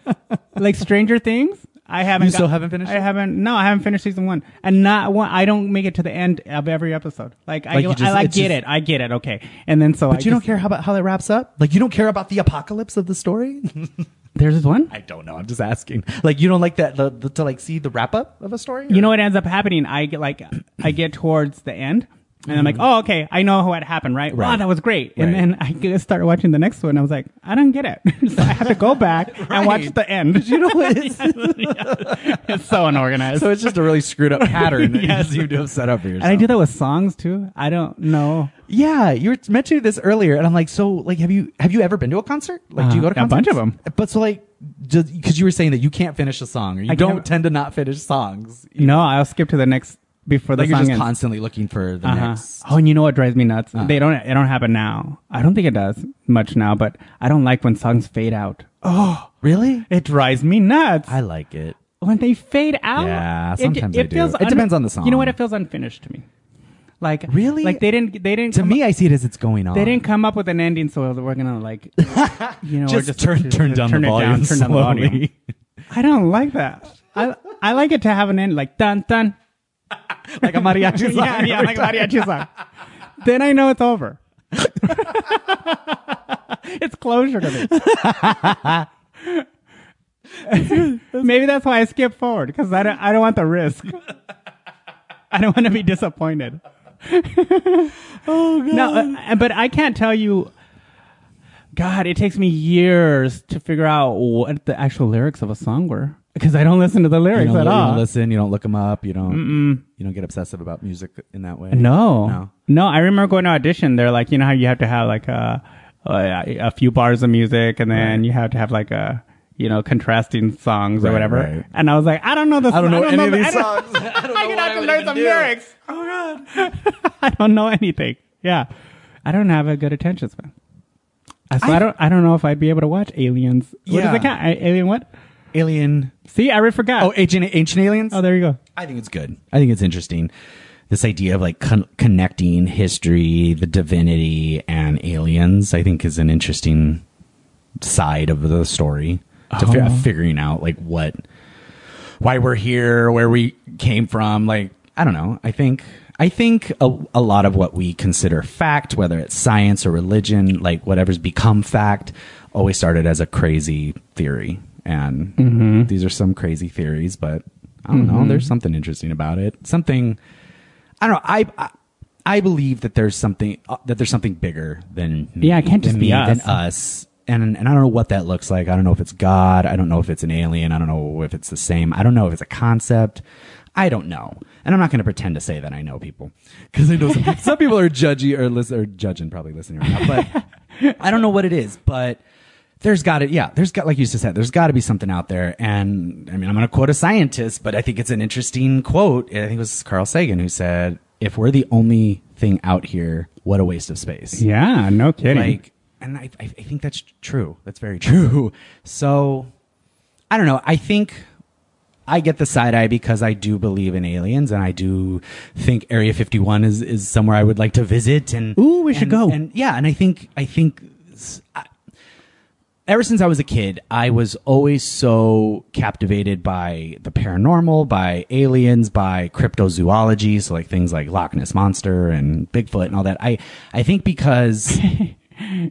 [SPEAKER 3] (laughs)
[SPEAKER 2] like Stranger Things, I haven't.
[SPEAKER 3] You still haven't finished
[SPEAKER 2] I
[SPEAKER 3] it?
[SPEAKER 2] haven't. No, I haven't finished season one, and not one. I don't make it to the end of every episode. Like, I,
[SPEAKER 3] Like, you
[SPEAKER 2] I,
[SPEAKER 3] just-
[SPEAKER 2] like,
[SPEAKER 3] it's
[SPEAKER 2] get
[SPEAKER 3] just-
[SPEAKER 2] it. I get it. Okay, and then so I
[SPEAKER 3] But you don't
[SPEAKER 2] just-
[SPEAKER 3] care how about how that wraps up? Like you don't care about the apocalypse of the story? (laughs)
[SPEAKER 2] There's this one.
[SPEAKER 3] I don't know. I'm just asking. Like you don't like that the, the, to like see the wrap up of a story?
[SPEAKER 2] you know what ends up happening i get like i get towards the end and i'm like oh okay i know what happened right,
[SPEAKER 3] Right.
[SPEAKER 2] wow that was great
[SPEAKER 3] Right.
[SPEAKER 2] and then i get- start watching the next one i was like i don't get it (laughs) so i have to go (laughs) back and watch
[SPEAKER 3] Right.
[SPEAKER 2] the end
[SPEAKER 3] you know (laughs) what? It's,
[SPEAKER 2] (laughs) it's so unorganized
[SPEAKER 3] So it's just a really screwed (laughs) up pattern that
[SPEAKER 2] Yes.
[SPEAKER 3] you seem to have set up for yourself.
[SPEAKER 2] and i do that with songs too i don't know
[SPEAKER 3] Yeah, you were mentioning this earlier, and I'm like, so like, have you have you ever been to a concert? Like, do you
[SPEAKER 2] Uh,
[SPEAKER 3] go to
[SPEAKER 2] a bunch
[SPEAKER 3] concerts?
[SPEAKER 2] of 'em.
[SPEAKER 3] But so like, because you were saying that you can't finish a song, or you
[SPEAKER 2] I
[SPEAKER 3] don't
[SPEAKER 2] can't-
[SPEAKER 3] tend to not finish songs.
[SPEAKER 2] no i'll skip to the next before the
[SPEAKER 3] Like you're
[SPEAKER 2] song
[SPEAKER 3] just
[SPEAKER 2] ends.
[SPEAKER 3] constantly looking for the
[SPEAKER 2] Uh-huh.
[SPEAKER 3] next.
[SPEAKER 2] Oh, and you know what drives me nuts? They don't. It don't happen now. I don't think it does much now. But I don't like when songs fade out.
[SPEAKER 3] Really?
[SPEAKER 2] It drives me nuts.
[SPEAKER 3] I like it.
[SPEAKER 2] when they fade out.
[SPEAKER 3] Yeah, sometimes they do. It
[SPEAKER 2] un-
[SPEAKER 3] depends on the song.
[SPEAKER 2] You know what? It feels unfinished to me. Like
[SPEAKER 3] Really?
[SPEAKER 2] like they didn't they didn't
[SPEAKER 3] To
[SPEAKER 2] come
[SPEAKER 3] me,
[SPEAKER 2] up,
[SPEAKER 3] I see it as it's going on.
[SPEAKER 2] they didn't come up with an ending, so we're gonna
[SPEAKER 3] (laughs)
[SPEAKER 2] like you know we're
[SPEAKER 3] just,
[SPEAKER 2] just
[SPEAKER 3] turn turn down
[SPEAKER 2] turn
[SPEAKER 3] the
[SPEAKER 2] it
[SPEAKER 3] volume
[SPEAKER 2] down, turn down the
[SPEAKER 3] slowly. (laughs)
[SPEAKER 2] volume. I don't like that. I I like it to have an end, like dun dun.
[SPEAKER 3] (laughs) like a mariachi
[SPEAKER 2] (laughs)
[SPEAKER 3] song.
[SPEAKER 2] yeah, yeah, like a
[SPEAKER 3] (laughs)
[SPEAKER 2] mariachi song. then I know it's over. (laughs) it's closure to me.
[SPEAKER 3] (laughs)
[SPEAKER 2] (laughs) Maybe that's why I skip forward because I don't, I don't want the risk. (laughs) I don't want to be disappointed. (laughs) oh god! No, uh, but I can't tell you. God, it takes me years to figure out what the actual lyrics of a song were because I don't listen to the lyrics
[SPEAKER 3] You don't,
[SPEAKER 2] at
[SPEAKER 3] you
[SPEAKER 2] all.
[SPEAKER 3] don't listen. You don't look them up. You don't. You don't get obsessive about music in that way.
[SPEAKER 2] No.
[SPEAKER 3] No.
[SPEAKER 2] no. I remember going to audition. They're like, you know how you have to have like a, a, a few bars of music and then you have to have like a, you know, contrasting songs
[SPEAKER 3] Right,
[SPEAKER 2] or whatever.
[SPEAKER 3] right.
[SPEAKER 2] And I was like, I don't know this.
[SPEAKER 3] I don't know any of
[SPEAKER 2] the-
[SPEAKER 3] these
[SPEAKER 2] I don't-
[SPEAKER 3] songs. (laughs) I don't
[SPEAKER 2] I'm
[SPEAKER 3] know
[SPEAKER 2] going
[SPEAKER 3] what
[SPEAKER 2] to
[SPEAKER 3] I
[SPEAKER 2] have to
[SPEAKER 3] would
[SPEAKER 2] learn
[SPEAKER 3] even
[SPEAKER 2] some
[SPEAKER 3] do.
[SPEAKER 2] lyrics. Oh, God. (laughs) I don't know anything. Yeah. I don't have a good attention span. Uh, So I,
[SPEAKER 3] I-
[SPEAKER 2] don't. I don't know if I'd be able to watch Aliens. What
[SPEAKER 3] Yeah.
[SPEAKER 2] does it count? I- Alien what?
[SPEAKER 3] Alien.
[SPEAKER 2] See, I already forgot.
[SPEAKER 3] Oh, ancient ancient aliens.
[SPEAKER 2] oh, there you go.
[SPEAKER 3] I think it's good. I think it's interesting. This idea of like con- connecting history, the divinity, and aliens, I think is an interesting side of the story to fi-
[SPEAKER 2] Uh-huh.
[SPEAKER 3] figuring out like what, why we're here, where we came from. Like, I don't know. I think, I think a, a lot of what we consider fact, whether it's science or religion, like whatever's become fact, always started as a crazy theory. And
[SPEAKER 2] Mm-hmm.
[SPEAKER 3] these are some crazy theories, but I don't know. There's something interesting about it. Something I don't know. I I, I believe that there's something uh, that there's something bigger than me-
[SPEAKER 2] Yeah, it can't just
[SPEAKER 3] than
[SPEAKER 2] be
[SPEAKER 3] me,
[SPEAKER 2] us.
[SPEAKER 3] than us. And and I don't know what that looks like. I don't know if it's God. I don't know if it's an alien. I don't know if it's the same. I don't know if it's a concept. I don't know. And I'm not going to pretend to say that I know people because I know some, people- some people are judgy or listen or judging probably listening right now. But I don't know what it is. But there's got to yeah there's got like you just said there's got to be something out there and i mean i'm going to quote a scientist but i think it's an interesting quote i think it was carl sagan who said if we're the only thing out here what a waste of space
[SPEAKER 2] Yeah, no kidding.
[SPEAKER 3] like and I, I I think that's true that's very (laughs) true so i don't know i think i get the side eye because i do believe in aliens and i do think area 51 is is somewhere i would like to visit and
[SPEAKER 2] Ooh, we should
[SPEAKER 3] and-
[SPEAKER 2] go.
[SPEAKER 3] and yeah and i think i think s- I- ever since I was a kid, I was always so captivated by the paranormal, by aliens, by cryptozoology, so like things like Loch Ness monster and Bigfoot and
[SPEAKER 2] (laughs)
[SPEAKER 3] all that. I I think because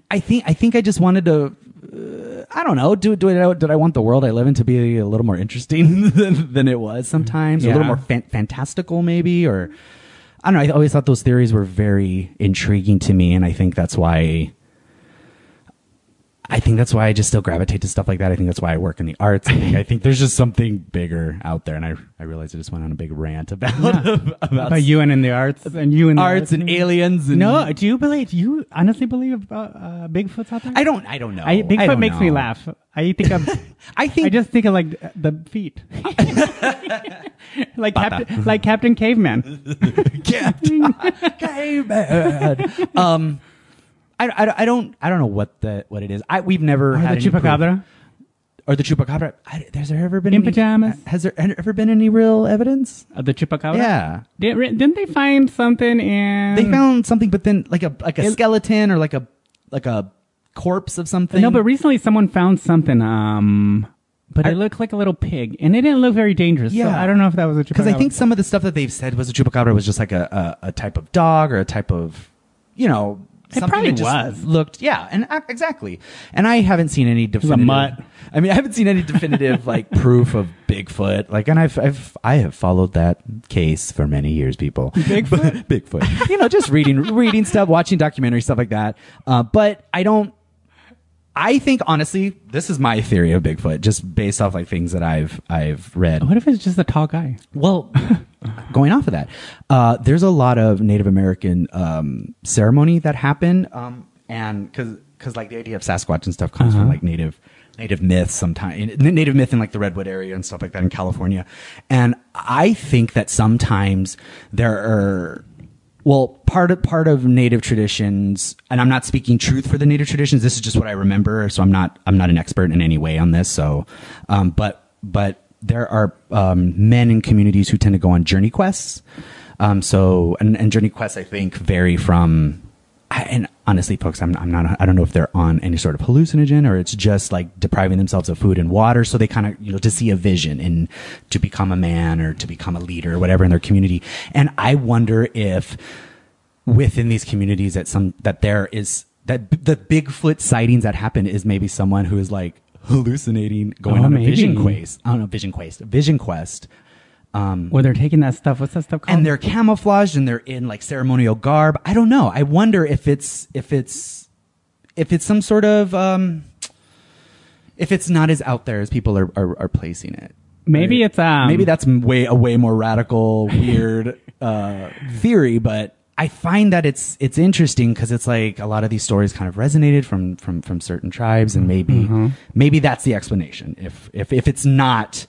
[SPEAKER 3] I think I think I just wanted to uh, I don't know. Do do I, did I want the world I live in to be a little more interesting (laughs) than, than it was sometimes? Or a
[SPEAKER 2] Yeah.
[SPEAKER 3] little more fan- fantastical, maybe, or I don't know. I always thought those theories were very intriguing to me, and I think that's why. I think that's why I just still gravitate to stuff like that. I think that's why I work in the arts. I think, I think there's just something bigger out there, and I I realize I just went on a big rant about (laughs) about,
[SPEAKER 2] about you and in the arts and you in the
[SPEAKER 3] arts and aliens. And
[SPEAKER 2] No, do you believe? Do you honestly believe about uh, Bigfoot's out there?
[SPEAKER 3] I don't. I don't know.
[SPEAKER 2] I, Bigfoot
[SPEAKER 3] I don't
[SPEAKER 2] makes me
[SPEAKER 3] know.
[SPEAKER 2] laugh. I think
[SPEAKER 3] (laughs)
[SPEAKER 2] I'm.
[SPEAKER 3] I think
[SPEAKER 2] I just think of like the
[SPEAKER 3] (laughs)
[SPEAKER 2] feet, (laughs) like Captain, like Captain Caveman. (laughs)
[SPEAKER 3] (laughs) Captain Caveman. Um, I, I, I don't I don't know what the what it is. I we've never
[SPEAKER 2] Or the
[SPEAKER 3] had any proof-
[SPEAKER 2] chupacabra.
[SPEAKER 3] or the chupacabra. I, has there ever been
[SPEAKER 2] In
[SPEAKER 3] any-
[SPEAKER 2] pajamas.
[SPEAKER 3] Has there ever been any real evidence?
[SPEAKER 2] Uh, the chupacabra.
[SPEAKER 3] Yeah,
[SPEAKER 2] Did, didn't they find something in?
[SPEAKER 3] they found something, but then like a like a
[SPEAKER 2] Mm. It-
[SPEAKER 3] skeleton or like a like a corpse of something.
[SPEAKER 2] No, but recently someone found something. Um, but
[SPEAKER 3] I-
[SPEAKER 2] it looked like a little pig, and it didn't look very dangerous. Yeah, so
[SPEAKER 3] Yeah.
[SPEAKER 2] I don't know if that was a chupacabra.
[SPEAKER 3] because I think some of the stuff that they've said was a chupacabra was just like a, a, a type of dog or a type of, you know,
[SPEAKER 2] It probably was.
[SPEAKER 3] looked yeah, and uh, exactly. And I haven't seen any
[SPEAKER 2] a
[SPEAKER 3] definitive.
[SPEAKER 2] mutt.
[SPEAKER 3] I mean, I haven't seen any
[SPEAKER 2] (laughs)
[SPEAKER 3] definitive like proof of Bigfoot. Like, and I've I've I have followed that case for many years, people. Bigfoot, (laughs) Bigfoot. You know, just reading reading stuff, watching documentary stuff like that. Uh, but I don't. I think honestly, this is my theory of Bigfoot, just based off like things that I've I've read.
[SPEAKER 2] What if it's just a tall guy?
[SPEAKER 3] Well, going off of that, uh, there's a lot of Native American um, ceremony that happen, um, and because like the idea of Sasquatch and stuff comes from like Native Native myths, sometimes Native myth in like the Redwood area and stuff like that in California, and I think that sometimes there are well part of part of native traditions and i'm not speaking truth for the native traditions this is just what i remember so i'm not i'm not an expert in any way on this so um, but but there are um, men in communities who tend to go on journey quests um, so and, and journey quests i think vary from I- and honestly folks I'm, I'm not i don't know if they're on any sort of hallucinogen or it's just like depriving themselves of food and water so they kind of you know to see a vision and to become a man or to become a leader or whatever in their community and i wonder if within these communities that some that there is that the bigfoot sightings that happen is maybe someone who is like hallucinating going
[SPEAKER 2] Oh,
[SPEAKER 3] on a
[SPEAKER 2] maybe.
[SPEAKER 3] vision quest i don't know vision quest vision quest
[SPEAKER 2] (laughs) Where they're taking that stuff? What's that stuff called?
[SPEAKER 3] and they're camouflaged and they're in like ceremonial garb. I don't know. I wonder if it's if it's if it's some sort of um if it's not as out there as people are are, are placing it.
[SPEAKER 2] Maybe it's, um,
[SPEAKER 3] maybe that's m- way a way more radical weird uh theory, but I find that it's it's interesting because it's like a lot of these stories kind of resonated from from from certain tribes, and maybe
[SPEAKER 2] Mm-hmm.
[SPEAKER 3] maybe that's the explanation. If if if it's not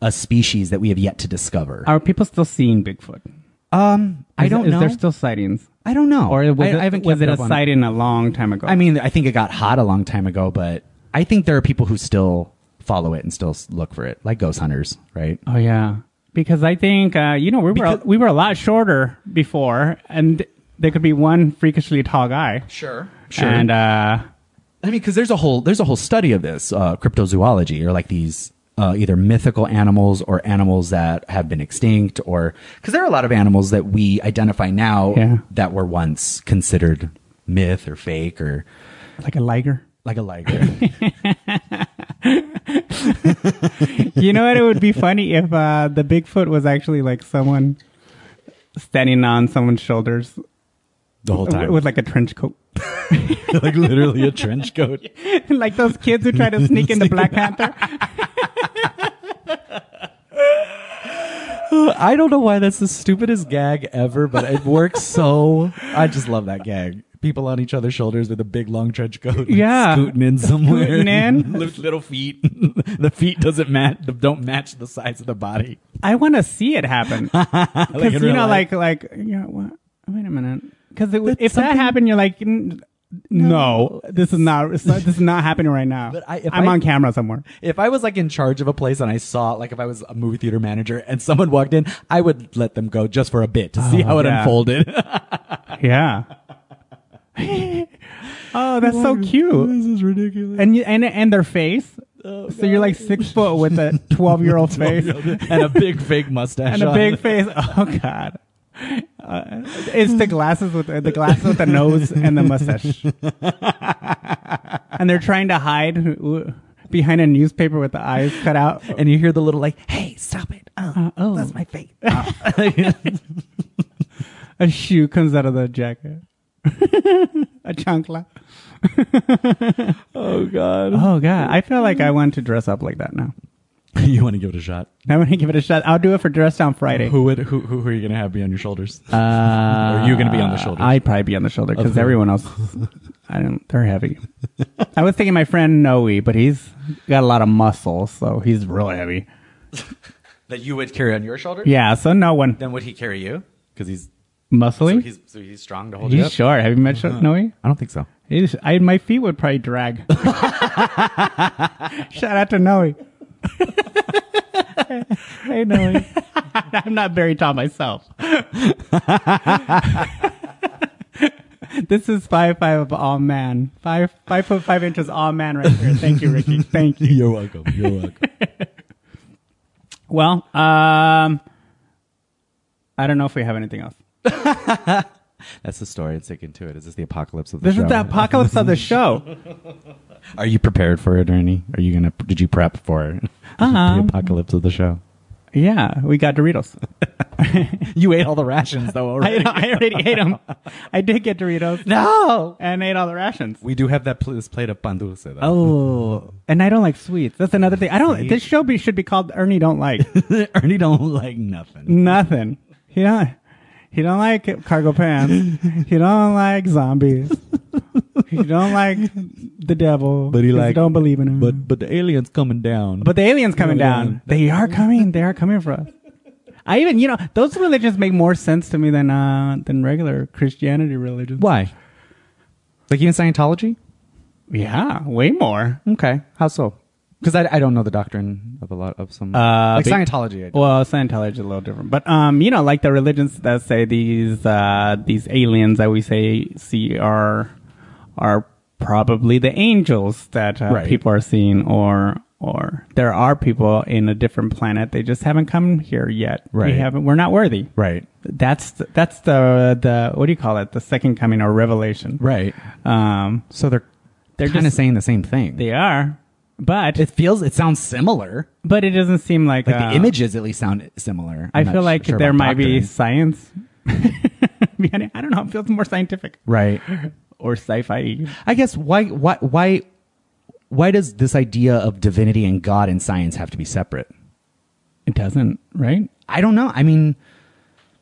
[SPEAKER 3] a species that we have yet to discover,
[SPEAKER 2] Are people still seeing Bigfoot? Is-
[SPEAKER 3] um, I don't
[SPEAKER 2] is
[SPEAKER 3] know.
[SPEAKER 2] there still sightings?
[SPEAKER 3] I don't know.
[SPEAKER 2] Or was
[SPEAKER 3] I,
[SPEAKER 2] it,
[SPEAKER 3] I haven't
[SPEAKER 2] was
[SPEAKER 3] kept
[SPEAKER 2] it a
[SPEAKER 3] up on
[SPEAKER 2] sighting a long time ago?
[SPEAKER 3] I mean, I think it got hot a long time ago, but I think there are people who still follow it and still s- look for it, like ghost hunters, right?
[SPEAKER 2] oh yeah, because I think uh, you know we were
[SPEAKER 3] Because-
[SPEAKER 2] we were a lot shorter before, and there could be one freakishly tall guy.
[SPEAKER 3] Sure,
[SPEAKER 2] And uh,
[SPEAKER 3] I mean, because there's a whole there's a whole study of this uh, cryptozoology, or like these uh, either mythical animals or animals that have been extinct, or because there are a lot of animals that we identify now
[SPEAKER 2] Yeah.
[SPEAKER 3] that were once considered myth or fake or
[SPEAKER 2] like a liger.
[SPEAKER 3] like
[SPEAKER 2] (laughs)
[SPEAKER 3] a liger.
[SPEAKER 2] you know what? It would be funny if uh, the Bigfoot was actually like someone standing on someone's shoulders
[SPEAKER 3] the whole
[SPEAKER 2] w-
[SPEAKER 3] time,
[SPEAKER 2] with like a trench coat,
[SPEAKER 3] (laughs)
[SPEAKER 2] (laughs)
[SPEAKER 3] like literally a trench coat.
[SPEAKER 2] like those kids who try to sneak into Black
[SPEAKER 3] (laughs)
[SPEAKER 2] Panther.
[SPEAKER 3] I don't know why that's the stupidest gag ever, but it works so. I just love that gag. People on each other's shoulders with a big long trench coat,
[SPEAKER 2] Yeah.
[SPEAKER 3] scooting in somewhere,
[SPEAKER 2] Scooting in.
[SPEAKER 3] (laughs) Little- little feet. the feet doesn't match, don't match the size of the body.
[SPEAKER 2] I want to see it
[SPEAKER 3] (laughs)
[SPEAKER 2] happen.
[SPEAKER 3] in
[SPEAKER 2] Because you
[SPEAKER 3] real
[SPEAKER 2] know,
[SPEAKER 3] life.
[SPEAKER 2] like, like, you know, what? Wait a minute. Because if that
[SPEAKER 3] something-
[SPEAKER 2] happened, you're like, "N- no, this is not, it's not- this is not happening right now.
[SPEAKER 3] But I- if
[SPEAKER 2] I'm
[SPEAKER 3] I-
[SPEAKER 2] on camera
[SPEAKER 3] (laughs)
[SPEAKER 2] somewhere.
[SPEAKER 3] If I was like in charge of a place and I saw, like, if I was a movie theater manager and someone walked in, I would let them go just for a bit to see
[SPEAKER 2] Oh,
[SPEAKER 3] how it
[SPEAKER 2] yeah.
[SPEAKER 3] unfolded. (laughs)
[SPEAKER 2] Yeah. (laughs) oh, that's so cute.
[SPEAKER 3] this is ridiculous.
[SPEAKER 2] And you, and and their face. so you're like six foot with a 12 year old face
[SPEAKER 3] and a big fake mustache
[SPEAKER 2] and a
[SPEAKER 3] on.
[SPEAKER 2] big face. Oh God. Uh, it's the glasses with the glasses with the nose and the mustache. and they're trying to hide behind a newspaper with the eyes cut out.
[SPEAKER 3] and you hear the little like, "Hey, stop it! Oh,
[SPEAKER 2] Uh, oh.
[SPEAKER 3] that's my face." (laughs)
[SPEAKER 2] A shoe comes out of the jacket. (laughs) a chancla.
[SPEAKER 3] oh
[SPEAKER 2] (laughs)
[SPEAKER 3] God!
[SPEAKER 2] Oh god, I feel like I want to dress up like that now.
[SPEAKER 3] you want to give it a shot?
[SPEAKER 2] I want to give it a shot. I'll do it for dress down Friday.
[SPEAKER 3] Who would? Who, who, who are you going to have be on your shoulders?
[SPEAKER 2] Uh, are
[SPEAKER 3] you gonna be on the shoulders?
[SPEAKER 2] Uh, I'd probably be on the shoulder
[SPEAKER 3] Of
[SPEAKER 2] because
[SPEAKER 3] who?
[SPEAKER 2] everyone else, I don't. They're heavy. I was thinking my friend Noe, but he's got a lot of muscle, so he's real heavy.
[SPEAKER 3] that you would carry on your shoulder?
[SPEAKER 2] Yeah, so no one
[SPEAKER 3] Then would he carry you? Because he's so
[SPEAKER 2] muscling. he's Uh-huh.
[SPEAKER 3] he's so he's strong to hold you up.
[SPEAKER 2] short. Have you met Sho- Noe?
[SPEAKER 3] I don't think so.
[SPEAKER 2] He's, I, my feet would probably drag. (laughs) Shout out to Noe. (laughs) hey Noe, (laughs) I'm not very tall myself. (laughs) this is five five of all man, five five foot five inches all man right here. Thank you, Ricky. Thank you.
[SPEAKER 3] (laughs) You're welcome. You're welcome.
[SPEAKER 2] Well, um, I don't know if we have anything else.
[SPEAKER 3] (laughs) That's the story. It's taken to it. Is this the apocalypse of the
[SPEAKER 2] This
[SPEAKER 3] show?
[SPEAKER 2] is the apocalypse of the show.
[SPEAKER 3] Are you prepared for it, Ernie? Are you gonna? Did you prep (laughs) for
[SPEAKER 2] Uh-huh.
[SPEAKER 3] the apocalypse of the show?
[SPEAKER 2] Yeah, we got Doritos.
[SPEAKER 3] (laughs) You ate all the rations (laughs) though
[SPEAKER 2] I, (laughs) I already ate them. I did get Doritos. No, and ate all the rations.
[SPEAKER 3] we do have that pl- this plate of pan dulce though.
[SPEAKER 2] Oh, and I don't like sweets. That's another thing. I don't. This show be, should be called Ernie Don't Like (laughs)
[SPEAKER 3] Oh, (laughs) Ernie don't like nothing.
[SPEAKER 2] Nothing. He don't. He don't like cargo pants. He don't like zombies. he don't like the devil.
[SPEAKER 3] But he
[SPEAKER 2] 'cause
[SPEAKER 3] like-
[SPEAKER 2] don't believe in him.
[SPEAKER 3] But but the aliens coming down.
[SPEAKER 2] But the aliens coming
[SPEAKER 3] Yeah.
[SPEAKER 2] down. They are coming. They are coming for us. I even, you know, those religions make more sense to me than uh, than regular Christianity religions.
[SPEAKER 3] why? Like even Scientology?
[SPEAKER 2] Yeah, way more.
[SPEAKER 3] Okay, how so? Because I, I don't know the doctrine of a lot of some
[SPEAKER 2] Uh,
[SPEAKER 3] like
[SPEAKER 2] be-
[SPEAKER 3] Scientology. I do.
[SPEAKER 2] Well, Scientology is a little different, but um, you know, like the religions that say these uh, these aliens that we say see are are probably the angels that uh,
[SPEAKER 3] Right.
[SPEAKER 2] people are seeing, or or there are people in a different planet. They just haven't come here yet.
[SPEAKER 3] Right.
[SPEAKER 2] We haven't. We're not worthy.
[SPEAKER 3] right,
[SPEAKER 2] That's the, that's the the what do you call it? The second coming or revelation.
[SPEAKER 3] right.
[SPEAKER 2] Um,
[SPEAKER 3] So they're
[SPEAKER 2] They're
[SPEAKER 3] they're kind of
[SPEAKER 2] just-
[SPEAKER 3] saying the same thing.
[SPEAKER 2] they are, but
[SPEAKER 3] it feels it sounds similar.
[SPEAKER 2] but it doesn't seem like
[SPEAKER 3] Like
[SPEAKER 2] uh,
[SPEAKER 3] the images at least sound similar.
[SPEAKER 2] I
[SPEAKER 3] I'm not
[SPEAKER 2] feel like
[SPEAKER 3] sure about
[SPEAKER 2] there might be
[SPEAKER 3] doctrine.
[SPEAKER 2] science. (laughs) behind it. I don't know. It feels more scientific
[SPEAKER 3] right.
[SPEAKER 2] or sci-fi.
[SPEAKER 3] I guess why why why why does this idea of divinity and God and science have to be separate?
[SPEAKER 2] It doesn't, right?
[SPEAKER 3] I don't know. I mean,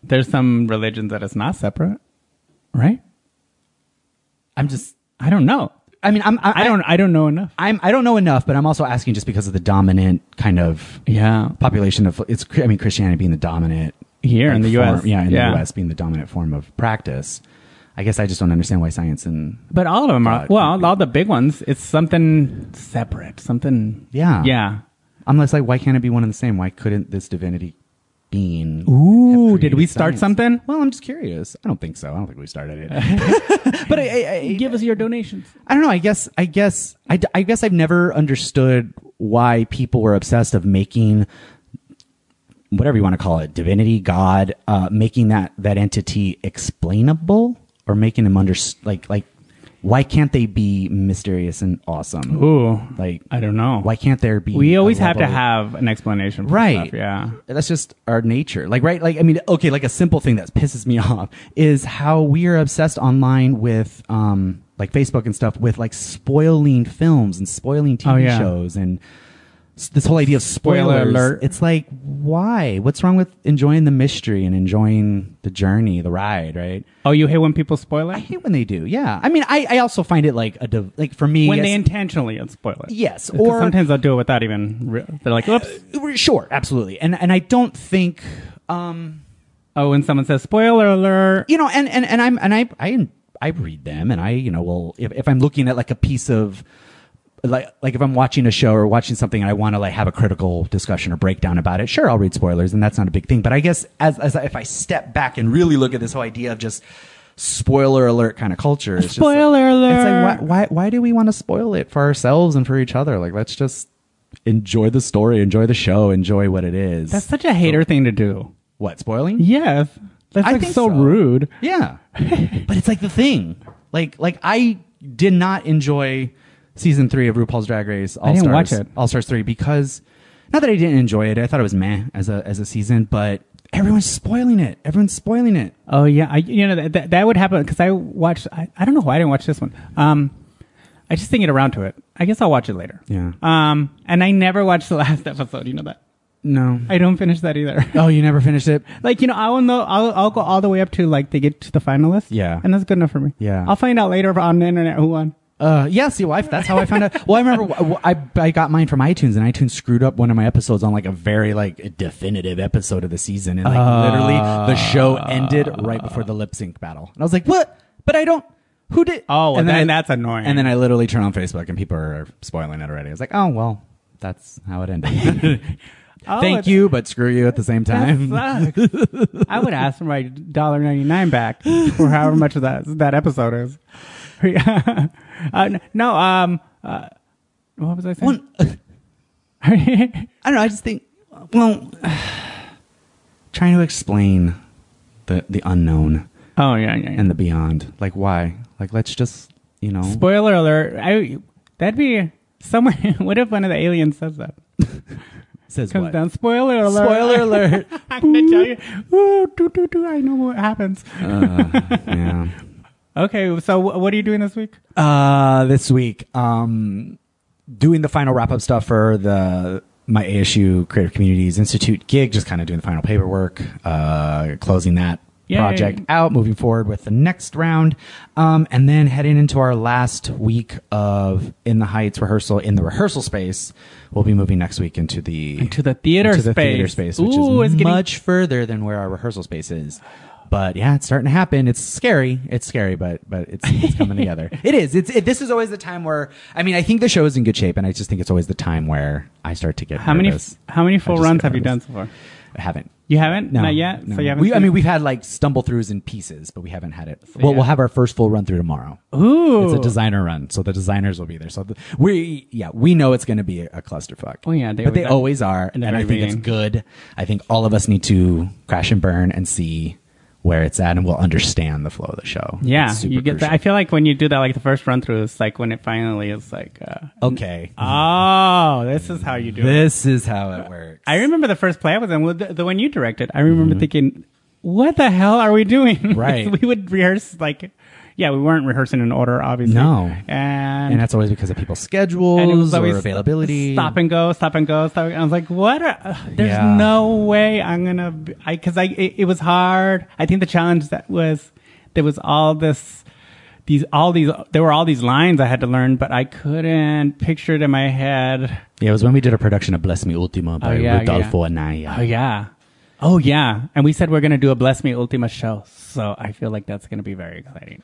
[SPEAKER 2] There's some religions that it's not separate, right?
[SPEAKER 3] I'm just.
[SPEAKER 2] I don't know.
[SPEAKER 3] I mean, I'm. I,
[SPEAKER 2] I don't. I don't know enough.
[SPEAKER 3] I'm. I don't know enough, but I'm also asking just because of the dominant kind of
[SPEAKER 2] Yeah,
[SPEAKER 3] population of it's I mean Christianity being the dominant
[SPEAKER 2] Here in the
[SPEAKER 3] form-
[SPEAKER 2] US.
[SPEAKER 3] yeah, in
[SPEAKER 2] Yeah.
[SPEAKER 3] the US being the dominant form of practice. I guess I just don't understand why science and
[SPEAKER 2] but all of them are.
[SPEAKER 3] God.
[SPEAKER 2] Well, all the big ones. It's something separate. Something.
[SPEAKER 3] Yeah.
[SPEAKER 2] Yeah.
[SPEAKER 3] unless like why can't it be one and the same? Why couldn't this divinity being have
[SPEAKER 2] Ooh,
[SPEAKER 3] created
[SPEAKER 2] did we start
[SPEAKER 3] science?
[SPEAKER 2] something?
[SPEAKER 3] Well, I'm just curious. I don't think so. I don't think we started it. but I, I, I,
[SPEAKER 2] Give us your donations.
[SPEAKER 3] I don't know. I guess I guess I, d- I guess I've never understood why people were obsessed of making whatever you want to call it divinity god uh, making that that entity explainable or making them under like like why can't they be mysterious and awesome
[SPEAKER 2] Ooh,
[SPEAKER 3] like
[SPEAKER 2] I don't know.
[SPEAKER 3] why can't there be
[SPEAKER 2] We
[SPEAKER 3] a
[SPEAKER 2] always have to
[SPEAKER 3] level-
[SPEAKER 2] have an explanation. For
[SPEAKER 3] right
[SPEAKER 2] Stuff, yeah.
[SPEAKER 3] that's just our nature like right like i mean okay like a simple thing that pisses me (laughs) off is how we are obsessed online with um like facebook and stuff with like spoiling films and spoiling tv
[SPEAKER 2] Oh, yeah.
[SPEAKER 3] shows and s- this whole idea of
[SPEAKER 2] Spoiler
[SPEAKER 3] spoilers
[SPEAKER 2] alert.
[SPEAKER 3] it's like why what's wrong with enjoying the mystery and enjoying the journey the ride right
[SPEAKER 2] Oh, you hate when people spoil it?
[SPEAKER 3] i hate when they do yeah i mean i i also find it like a div- like for me
[SPEAKER 2] when they
[SPEAKER 3] it's-
[SPEAKER 2] intentionally spoil it.
[SPEAKER 3] Yes,
[SPEAKER 2] Because
[SPEAKER 3] or-
[SPEAKER 2] sometimes they'll do it without even. Re- they're like, "Oops!"
[SPEAKER 3] sure absolutely and and i don't think um
[SPEAKER 2] Oh, when someone says "spoiler alert,"
[SPEAKER 3] you know, and and and I'm and I I I read them, and I you know, well, if if I'm looking at like a piece of like like if I'm watching a show or watching something and I want to like have a critical discussion or breakdown about it, sure, I'll read spoilers, and that's not a big thing. But I guess as as I- if I step back and really look at this whole idea of just spoiler alert kind of culture, it's just like-
[SPEAKER 2] Spoiler
[SPEAKER 3] It's like
[SPEAKER 2] alert.
[SPEAKER 3] why why why do we want to spoil it for ourselves and for each other? Like let's just enjoy the story, enjoy the show, enjoy what it is.
[SPEAKER 2] that's such a hater thing to do.
[SPEAKER 3] what spoiling?
[SPEAKER 2] Yes, that's
[SPEAKER 3] I
[SPEAKER 2] like
[SPEAKER 3] think
[SPEAKER 2] so,
[SPEAKER 3] so.
[SPEAKER 2] rude.
[SPEAKER 3] Yeah. but it's like the thing. Like like I did not enjoy season three of RuPaul's Drag Race All
[SPEAKER 2] I didn't
[SPEAKER 3] Stars,
[SPEAKER 2] watch it.
[SPEAKER 3] All Stars three because not that I didn't enjoy it, I thought it was meh as a as a season, but everyone's spoiling it. Everyone's spoiling it.
[SPEAKER 2] Oh yeah, I you know that that, that would happen because I watched. I, I don't know why I didn't watch this one. Um, I just didn't get around to it. I guess I'll watch it later.
[SPEAKER 3] Yeah.
[SPEAKER 2] Um, and I never watched the (laughs) last episode. You know that
[SPEAKER 3] No.
[SPEAKER 2] I don't finish that either. (laughs)
[SPEAKER 3] oh, you never finished it.
[SPEAKER 2] like you know, I will know. I'll I'll go all the way up to like they get to the finalists.
[SPEAKER 3] Yeah.
[SPEAKER 2] and that's good enough for me.
[SPEAKER 3] Yeah.
[SPEAKER 2] I'll find out later on the internet who won.
[SPEAKER 3] Uh, yeah, see, well, I, that's how I found out. Well, I remember wh- wh- I, I got mine from iTunes, and iTunes screwed up one of my episodes on like a very like definitive episode of the season, and like literally the show ended right before the lip sync battle. And I was like, "What? But I don't. Who did?
[SPEAKER 2] Oh, well,
[SPEAKER 3] and
[SPEAKER 2] then
[SPEAKER 3] I-
[SPEAKER 2] that's annoying.
[SPEAKER 3] And then I literally turn on Facebook, and people are spoiling it already. I was like, "Oh well, that's how it ended.
[SPEAKER 2] (laughs) Oh,
[SPEAKER 3] (laughs)
[SPEAKER 2] it-
[SPEAKER 3] Thank you, but screw you at the same time." (laughs)
[SPEAKER 2] That sucks. (laughs) I would ask for my dollar ninety nine back for however much of that that episode is. (laughs) uh, n- no, um, uh, what was I saying?
[SPEAKER 3] One- I don't know. I just think, well, (sighs) trying to explain the the unknown
[SPEAKER 2] (laughs) oh yeah, yeah. yeah.
[SPEAKER 3] and the beyond. Like why? Like let's just you know.
[SPEAKER 2] Spoiler alert! I that'd be someone. (laughs) what if one of the aliens says that?
[SPEAKER 3] says
[SPEAKER 2] Comes down. Spoiler alert! (laughs)
[SPEAKER 3] Spoiler alert.
[SPEAKER 2] I'm gonna tell you. (laughs) Ooh, doo, doo, doo, I know what happens.
[SPEAKER 3] Uh, yeah.
[SPEAKER 2] Okay, so wh- what are you doing this week?
[SPEAKER 3] Uh, this week, um, doing the final wrap up stuff for the my ASU Creative Communities Institute gig. Just kind of doing the final paperwork, uh, closing that
[SPEAKER 2] Yay.
[SPEAKER 3] project out, moving forward with the next round, um, and then heading into our last week of in the Heights rehearsal in the rehearsal space. We'll be moving next week into the
[SPEAKER 2] Into the theater
[SPEAKER 3] into the
[SPEAKER 2] space.
[SPEAKER 3] theater space, which
[SPEAKER 2] Ooh,
[SPEAKER 3] is
[SPEAKER 2] it's getting-
[SPEAKER 3] much further than where our rehearsal space is. But yeah, it's starting to happen. It's scary. It's scary, but but it's, it's
[SPEAKER 2] (laughs)
[SPEAKER 3] coming together. It is. It's it, this is always the time where I mean I think the show is in good shape, and I just think it's always the time where I start to get
[SPEAKER 2] How many
[SPEAKER 3] nervous.
[SPEAKER 2] how many
[SPEAKER 3] I
[SPEAKER 2] full
[SPEAKER 3] just
[SPEAKER 2] runs
[SPEAKER 3] get
[SPEAKER 2] have you done
[SPEAKER 3] nervous.
[SPEAKER 2] so far?
[SPEAKER 3] I haven't.
[SPEAKER 2] You haven't?
[SPEAKER 3] No,
[SPEAKER 2] Not yet?
[SPEAKER 3] no.
[SPEAKER 2] So you haven't
[SPEAKER 3] We, I
[SPEAKER 2] seen-
[SPEAKER 3] mean, we've had like stumble throughs in pieces, but we haven't had it. well,
[SPEAKER 2] yeah.
[SPEAKER 3] we'll have our first full run through tomorrow.
[SPEAKER 2] Ooh.
[SPEAKER 3] It's a designer run, so the designers will be there. So the, we, yeah, we know it's going to be a clusterfuck.
[SPEAKER 2] Oh, yeah, they
[SPEAKER 3] but they
[SPEAKER 2] always
[SPEAKER 3] always are,
[SPEAKER 2] in
[SPEAKER 3] and
[SPEAKER 2] the
[SPEAKER 3] I
[SPEAKER 2] very
[SPEAKER 3] think it's
[SPEAKER 2] beginning.
[SPEAKER 3] good. I think all of us need to crash and burn and see where it's at, and we'll understand the flow of the show.
[SPEAKER 2] Yeah,
[SPEAKER 3] It's super
[SPEAKER 2] you get that.
[SPEAKER 3] crucial.
[SPEAKER 2] I feel like when you do that, like the first run through, it's like when it finally is like, uh,
[SPEAKER 3] okay,
[SPEAKER 2] oh, this is how you do it.
[SPEAKER 3] this is how it works.
[SPEAKER 2] I remember the first play I was in, well, the, the one you directed. I remember thinking, what the hell are we doing? (laughs)
[SPEAKER 3] Right.
[SPEAKER 2] we would rehearse like, yeah, we weren't rehearsing in order, obviously.
[SPEAKER 3] No.
[SPEAKER 2] and
[SPEAKER 3] and that's always because of people's schedules
[SPEAKER 2] and it was always
[SPEAKER 3] or availability.
[SPEAKER 2] Stop and go, stop and go, stop. And I was like, what? Are, uh, there's
[SPEAKER 3] Yeah.
[SPEAKER 2] no way I'm gonna. Be, I because I it, it was hard. I think the challenge that was there was all this. These all these there were all these lines I had to learn, but I couldn't picture it in my head.
[SPEAKER 3] Yeah, it was when we did a production of "Bless Me Ultima" by
[SPEAKER 2] Oh, yeah,
[SPEAKER 3] Rodolfo
[SPEAKER 2] yeah.
[SPEAKER 3] Anaya.
[SPEAKER 2] Oh yeah, oh yeah. And we said we're gonna do a bless me ultima show, so I feel like that's gonna be very exciting.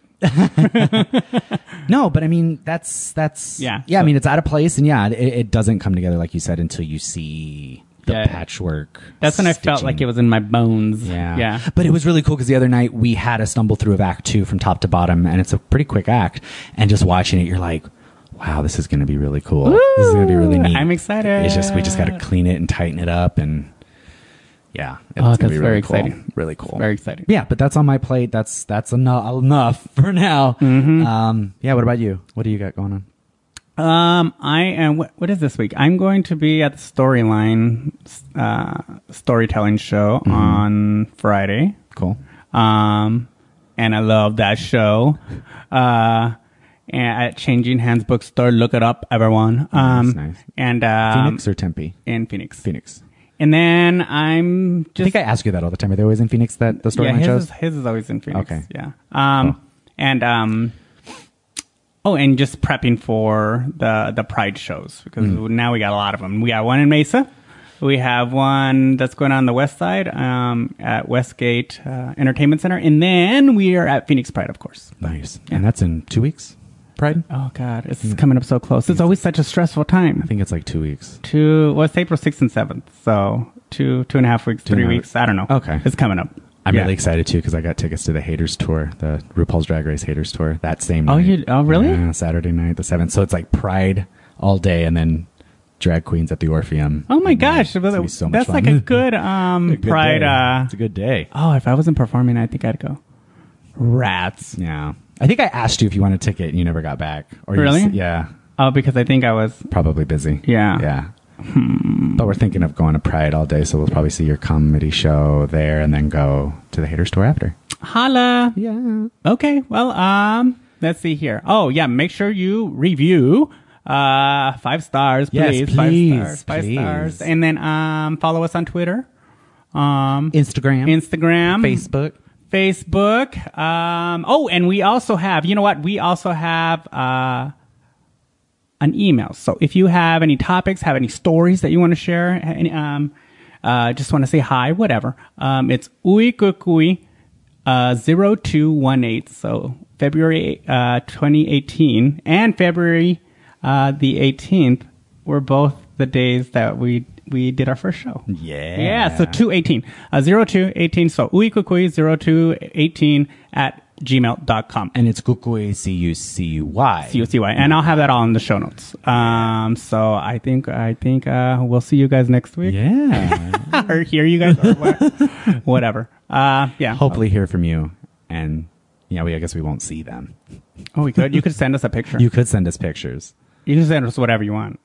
[SPEAKER 3] No, but I mean that's that's
[SPEAKER 2] Yeah.
[SPEAKER 3] yeah. I
[SPEAKER 2] So-
[SPEAKER 3] mean it's out of place, and yeah, it, it doesn't come together like you said until you see the
[SPEAKER 2] Yeah.
[SPEAKER 3] patchwork.
[SPEAKER 2] That's when I felt like it
[SPEAKER 3] stitching.
[SPEAKER 2] was in my bones.
[SPEAKER 3] Yeah.
[SPEAKER 2] yeah.
[SPEAKER 3] But it was really cool because the other night we had a stumble through of Act Two from top to bottom, and it's a pretty quick act. And just watching it, you're like, "Wow, this is going to be really cool. this is going to be really
[SPEAKER 2] Woo!
[SPEAKER 3] neat."
[SPEAKER 2] I'm excited.
[SPEAKER 3] It's just we just got to clean it and tighten it up, and yeah, it's
[SPEAKER 2] Oh,
[SPEAKER 3] gonna
[SPEAKER 2] that's
[SPEAKER 3] be
[SPEAKER 2] very
[SPEAKER 3] really cool.
[SPEAKER 2] exciting.
[SPEAKER 3] Really cool.
[SPEAKER 2] Very exciting.
[SPEAKER 3] Yeah, but that's on my plate. That's that's enough enough (laughs) for now.
[SPEAKER 2] Mm-hmm.
[SPEAKER 3] Um, yeah. What about you? What do you got going on?
[SPEAKER 2] Um, I am. What, what is this week? I'm going to be at the Storyline uh, storytelling show
[SPEAKER 3] Mm-hmm.
[SPEAKER 2] on Friday.
[SPEAKER 3] Cool.
[SPEAKER 2] Um, and I love that show. Uh, and at Changing Hands Bookstore, look it up, everyone. Um,
[SPEAKER 3] Nice, nice.
[SPEAKER 2] and um,
[SPEAKER 3] Phoenix or Tempe?
[SPEAKER 2] in Phoenix.
[SPEAKER 3] Phoenix.
[SPEAKER 2] And then I'm
[SPEAKER 3] I
[SPEAKER 2] just
[SPEAKER 3] think I ask you that all the time. Are they always in Phoenix? That the storyline
[SPEAKER 2] his
[SPEAKER 3] shows.
[SPEAKER 2] Is, his is always in Phoenix.
[SPEAKER 3] Okay. Oh.
[SPEAKER 2] Yeah. Um,
[SPEAKER 3] Cool.
[SPEAKER 2] and um, oh, and just prepping for the the Pride shows because
[SPEAKER 3] Mm.
[SPEAKER 2] now we got a lot of them. We got one in Mesa. We have one that's going on the west side um, at Westgate uh, Entertainment Center, and then we are at Phoenix Pride, of course.
[SPEAKER 3] nice. And that's in two weeks. Pride.
[SPEAKER 2] Oh God, it's
[SPEAKER 3] Mm.
[SPEAKER 2] coming up so close. It's always such a stressful time.
[SPEAKER 3] I think it's like two weeks.
[SPEAKER 2] Two, well, it's April sixth and seventh, so two, two and a half weeks,
[SPEAKER 3] and
[SPEAKER 2] three
[SPEAKER 3] a half-
[SPEAKER 2] weeks. I don't know.
[SPEAKER 3] Okay.
[SPEAKER 2] it's coming up.
[SPEAKER 3] I'm
[SPEAKER 2] Yeah.
[SPEAKER 3] really excited too because I got tickets to the Haters Tour, the RuPaul's Drag Race Haters Tour, that same
[SPEAKER 2] Oh,
[SPEAKER 3] night.
[SPEAKER 2] you- oh, really?
[SPEAKER 3] Yeah, Saturday night, the 7th. So it's like Pride all day and then drag queens at the Orpheum.
[SPEAKER 2] Oh my
[SPEAKER 3] And, uh,
[SPEAKER 2] gosh,
[SPEAKER 3] it's gonna be
[SPEAKER 2] that's,
[SPEAKER 3] so much
[SPEAKER 2] that's
[SPEAKER 3] fun.
[SPEAKER 2] like
[SPEAKER 3] (laughs)
[SPEAKER 2] a good um
[SPEAKER 3] A good
[SPEAKER 2] pride.
[SPEAKER 3] day.
[SPEAKER 2] Uh,
[SPEAKER 3] it's a good day.
[SPEAKER 2] oh, if I wasn't performing, I think I'd go. Rats.
[SPEAKER 3] Yeah. I think I asked you if you want a ticket and you never got back. Or you
[SPEAKER 2] Really?
[SPEAKER 3] s- yeah.
[SPEAKER 2] Oh, because I think I was.
[SPEAKER 3] Probably busy.
[SPEAKER 2] Yeah.
[SPEAKER 3] Yeah. But we're thinking of going to Pride all day, so we'll probably see your comedy show there and then go to the hater store after.
[SPEAKER 2] Holla.
[SPEAKER 3] Yeah.
[SPEAKER 2] Okay. Well, um, let's see here. Oh, yeah. Make sure you review. Uh, five stars,
[SPEAKER 3] Yes,
[SPEAKER 2] please.
[SPEAKER 3] please,
[SPEAKER 2] five stars, five
[SPEAKER 3] please.
[SPEAKER 2] stars, and then um, follow us on Twitter, um,
[SPEAKER 3] Instagram.
[SPEAKER 2] Instagram,
[SPEAKER 3] Facebook.
[SPEAKER 2] Facebook. Um, oh, and we also have, you know what? We also have uh, an email. So if you have any topics, have any stories that you want to share, any, um, uh, just want to say hi, whatever. Um, it's uikukui uh, 0218. So February uh, 2018 and February uh, the 18th were both the days that we we did our first show.
[SPEAKER 3] Yeah.
[SPEAKER 2] Yeah, so 218. Uh, 0218. So uikukui 0218 at gmail.com.
[SPEAKER 3] And it's Kukui, C U C Y.
[SPEAKER 2] C-O-C-Y. And I'll have that all in the show notes. Um, so I think, I think, uh, we'll see you guys next week
[SPEAKER 3] Yeah.
[SPEAKER 2] (laughs) or hear you
[SPEAKER 3] (laughs)
[SPEAKER 2] guys or wha- whatever. Uh, yeah.
[SPEAKER 3] Hopefully, hear from you. And yeah, we, I guess we won't see them.
[SPEAKER 2] Oh, we could. You could send us a picture.
[SPEAKER 3] You
[SPEAKER 2] You,
[SPEAKER 3] could send us pictures.
[SPEAKER 2] can send us whatever you want.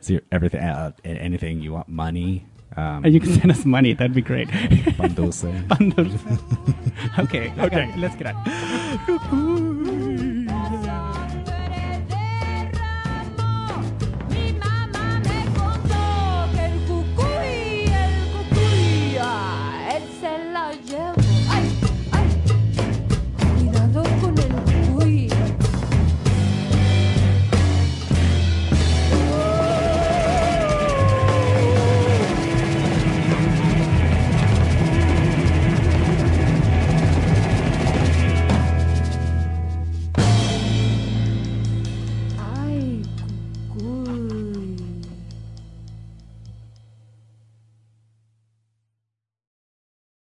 [SPEAKER 3] See everything, uh, a- anything you want, money, um,
[SPEAKER 2] And you can send us money. That'd be
[SPEAKER 3] (laughs)
[SPEAKER 2] great. (laughs)
[SPEAKER 3] bundles.
[SPEAKER 2] okay. Okay. Let's get out.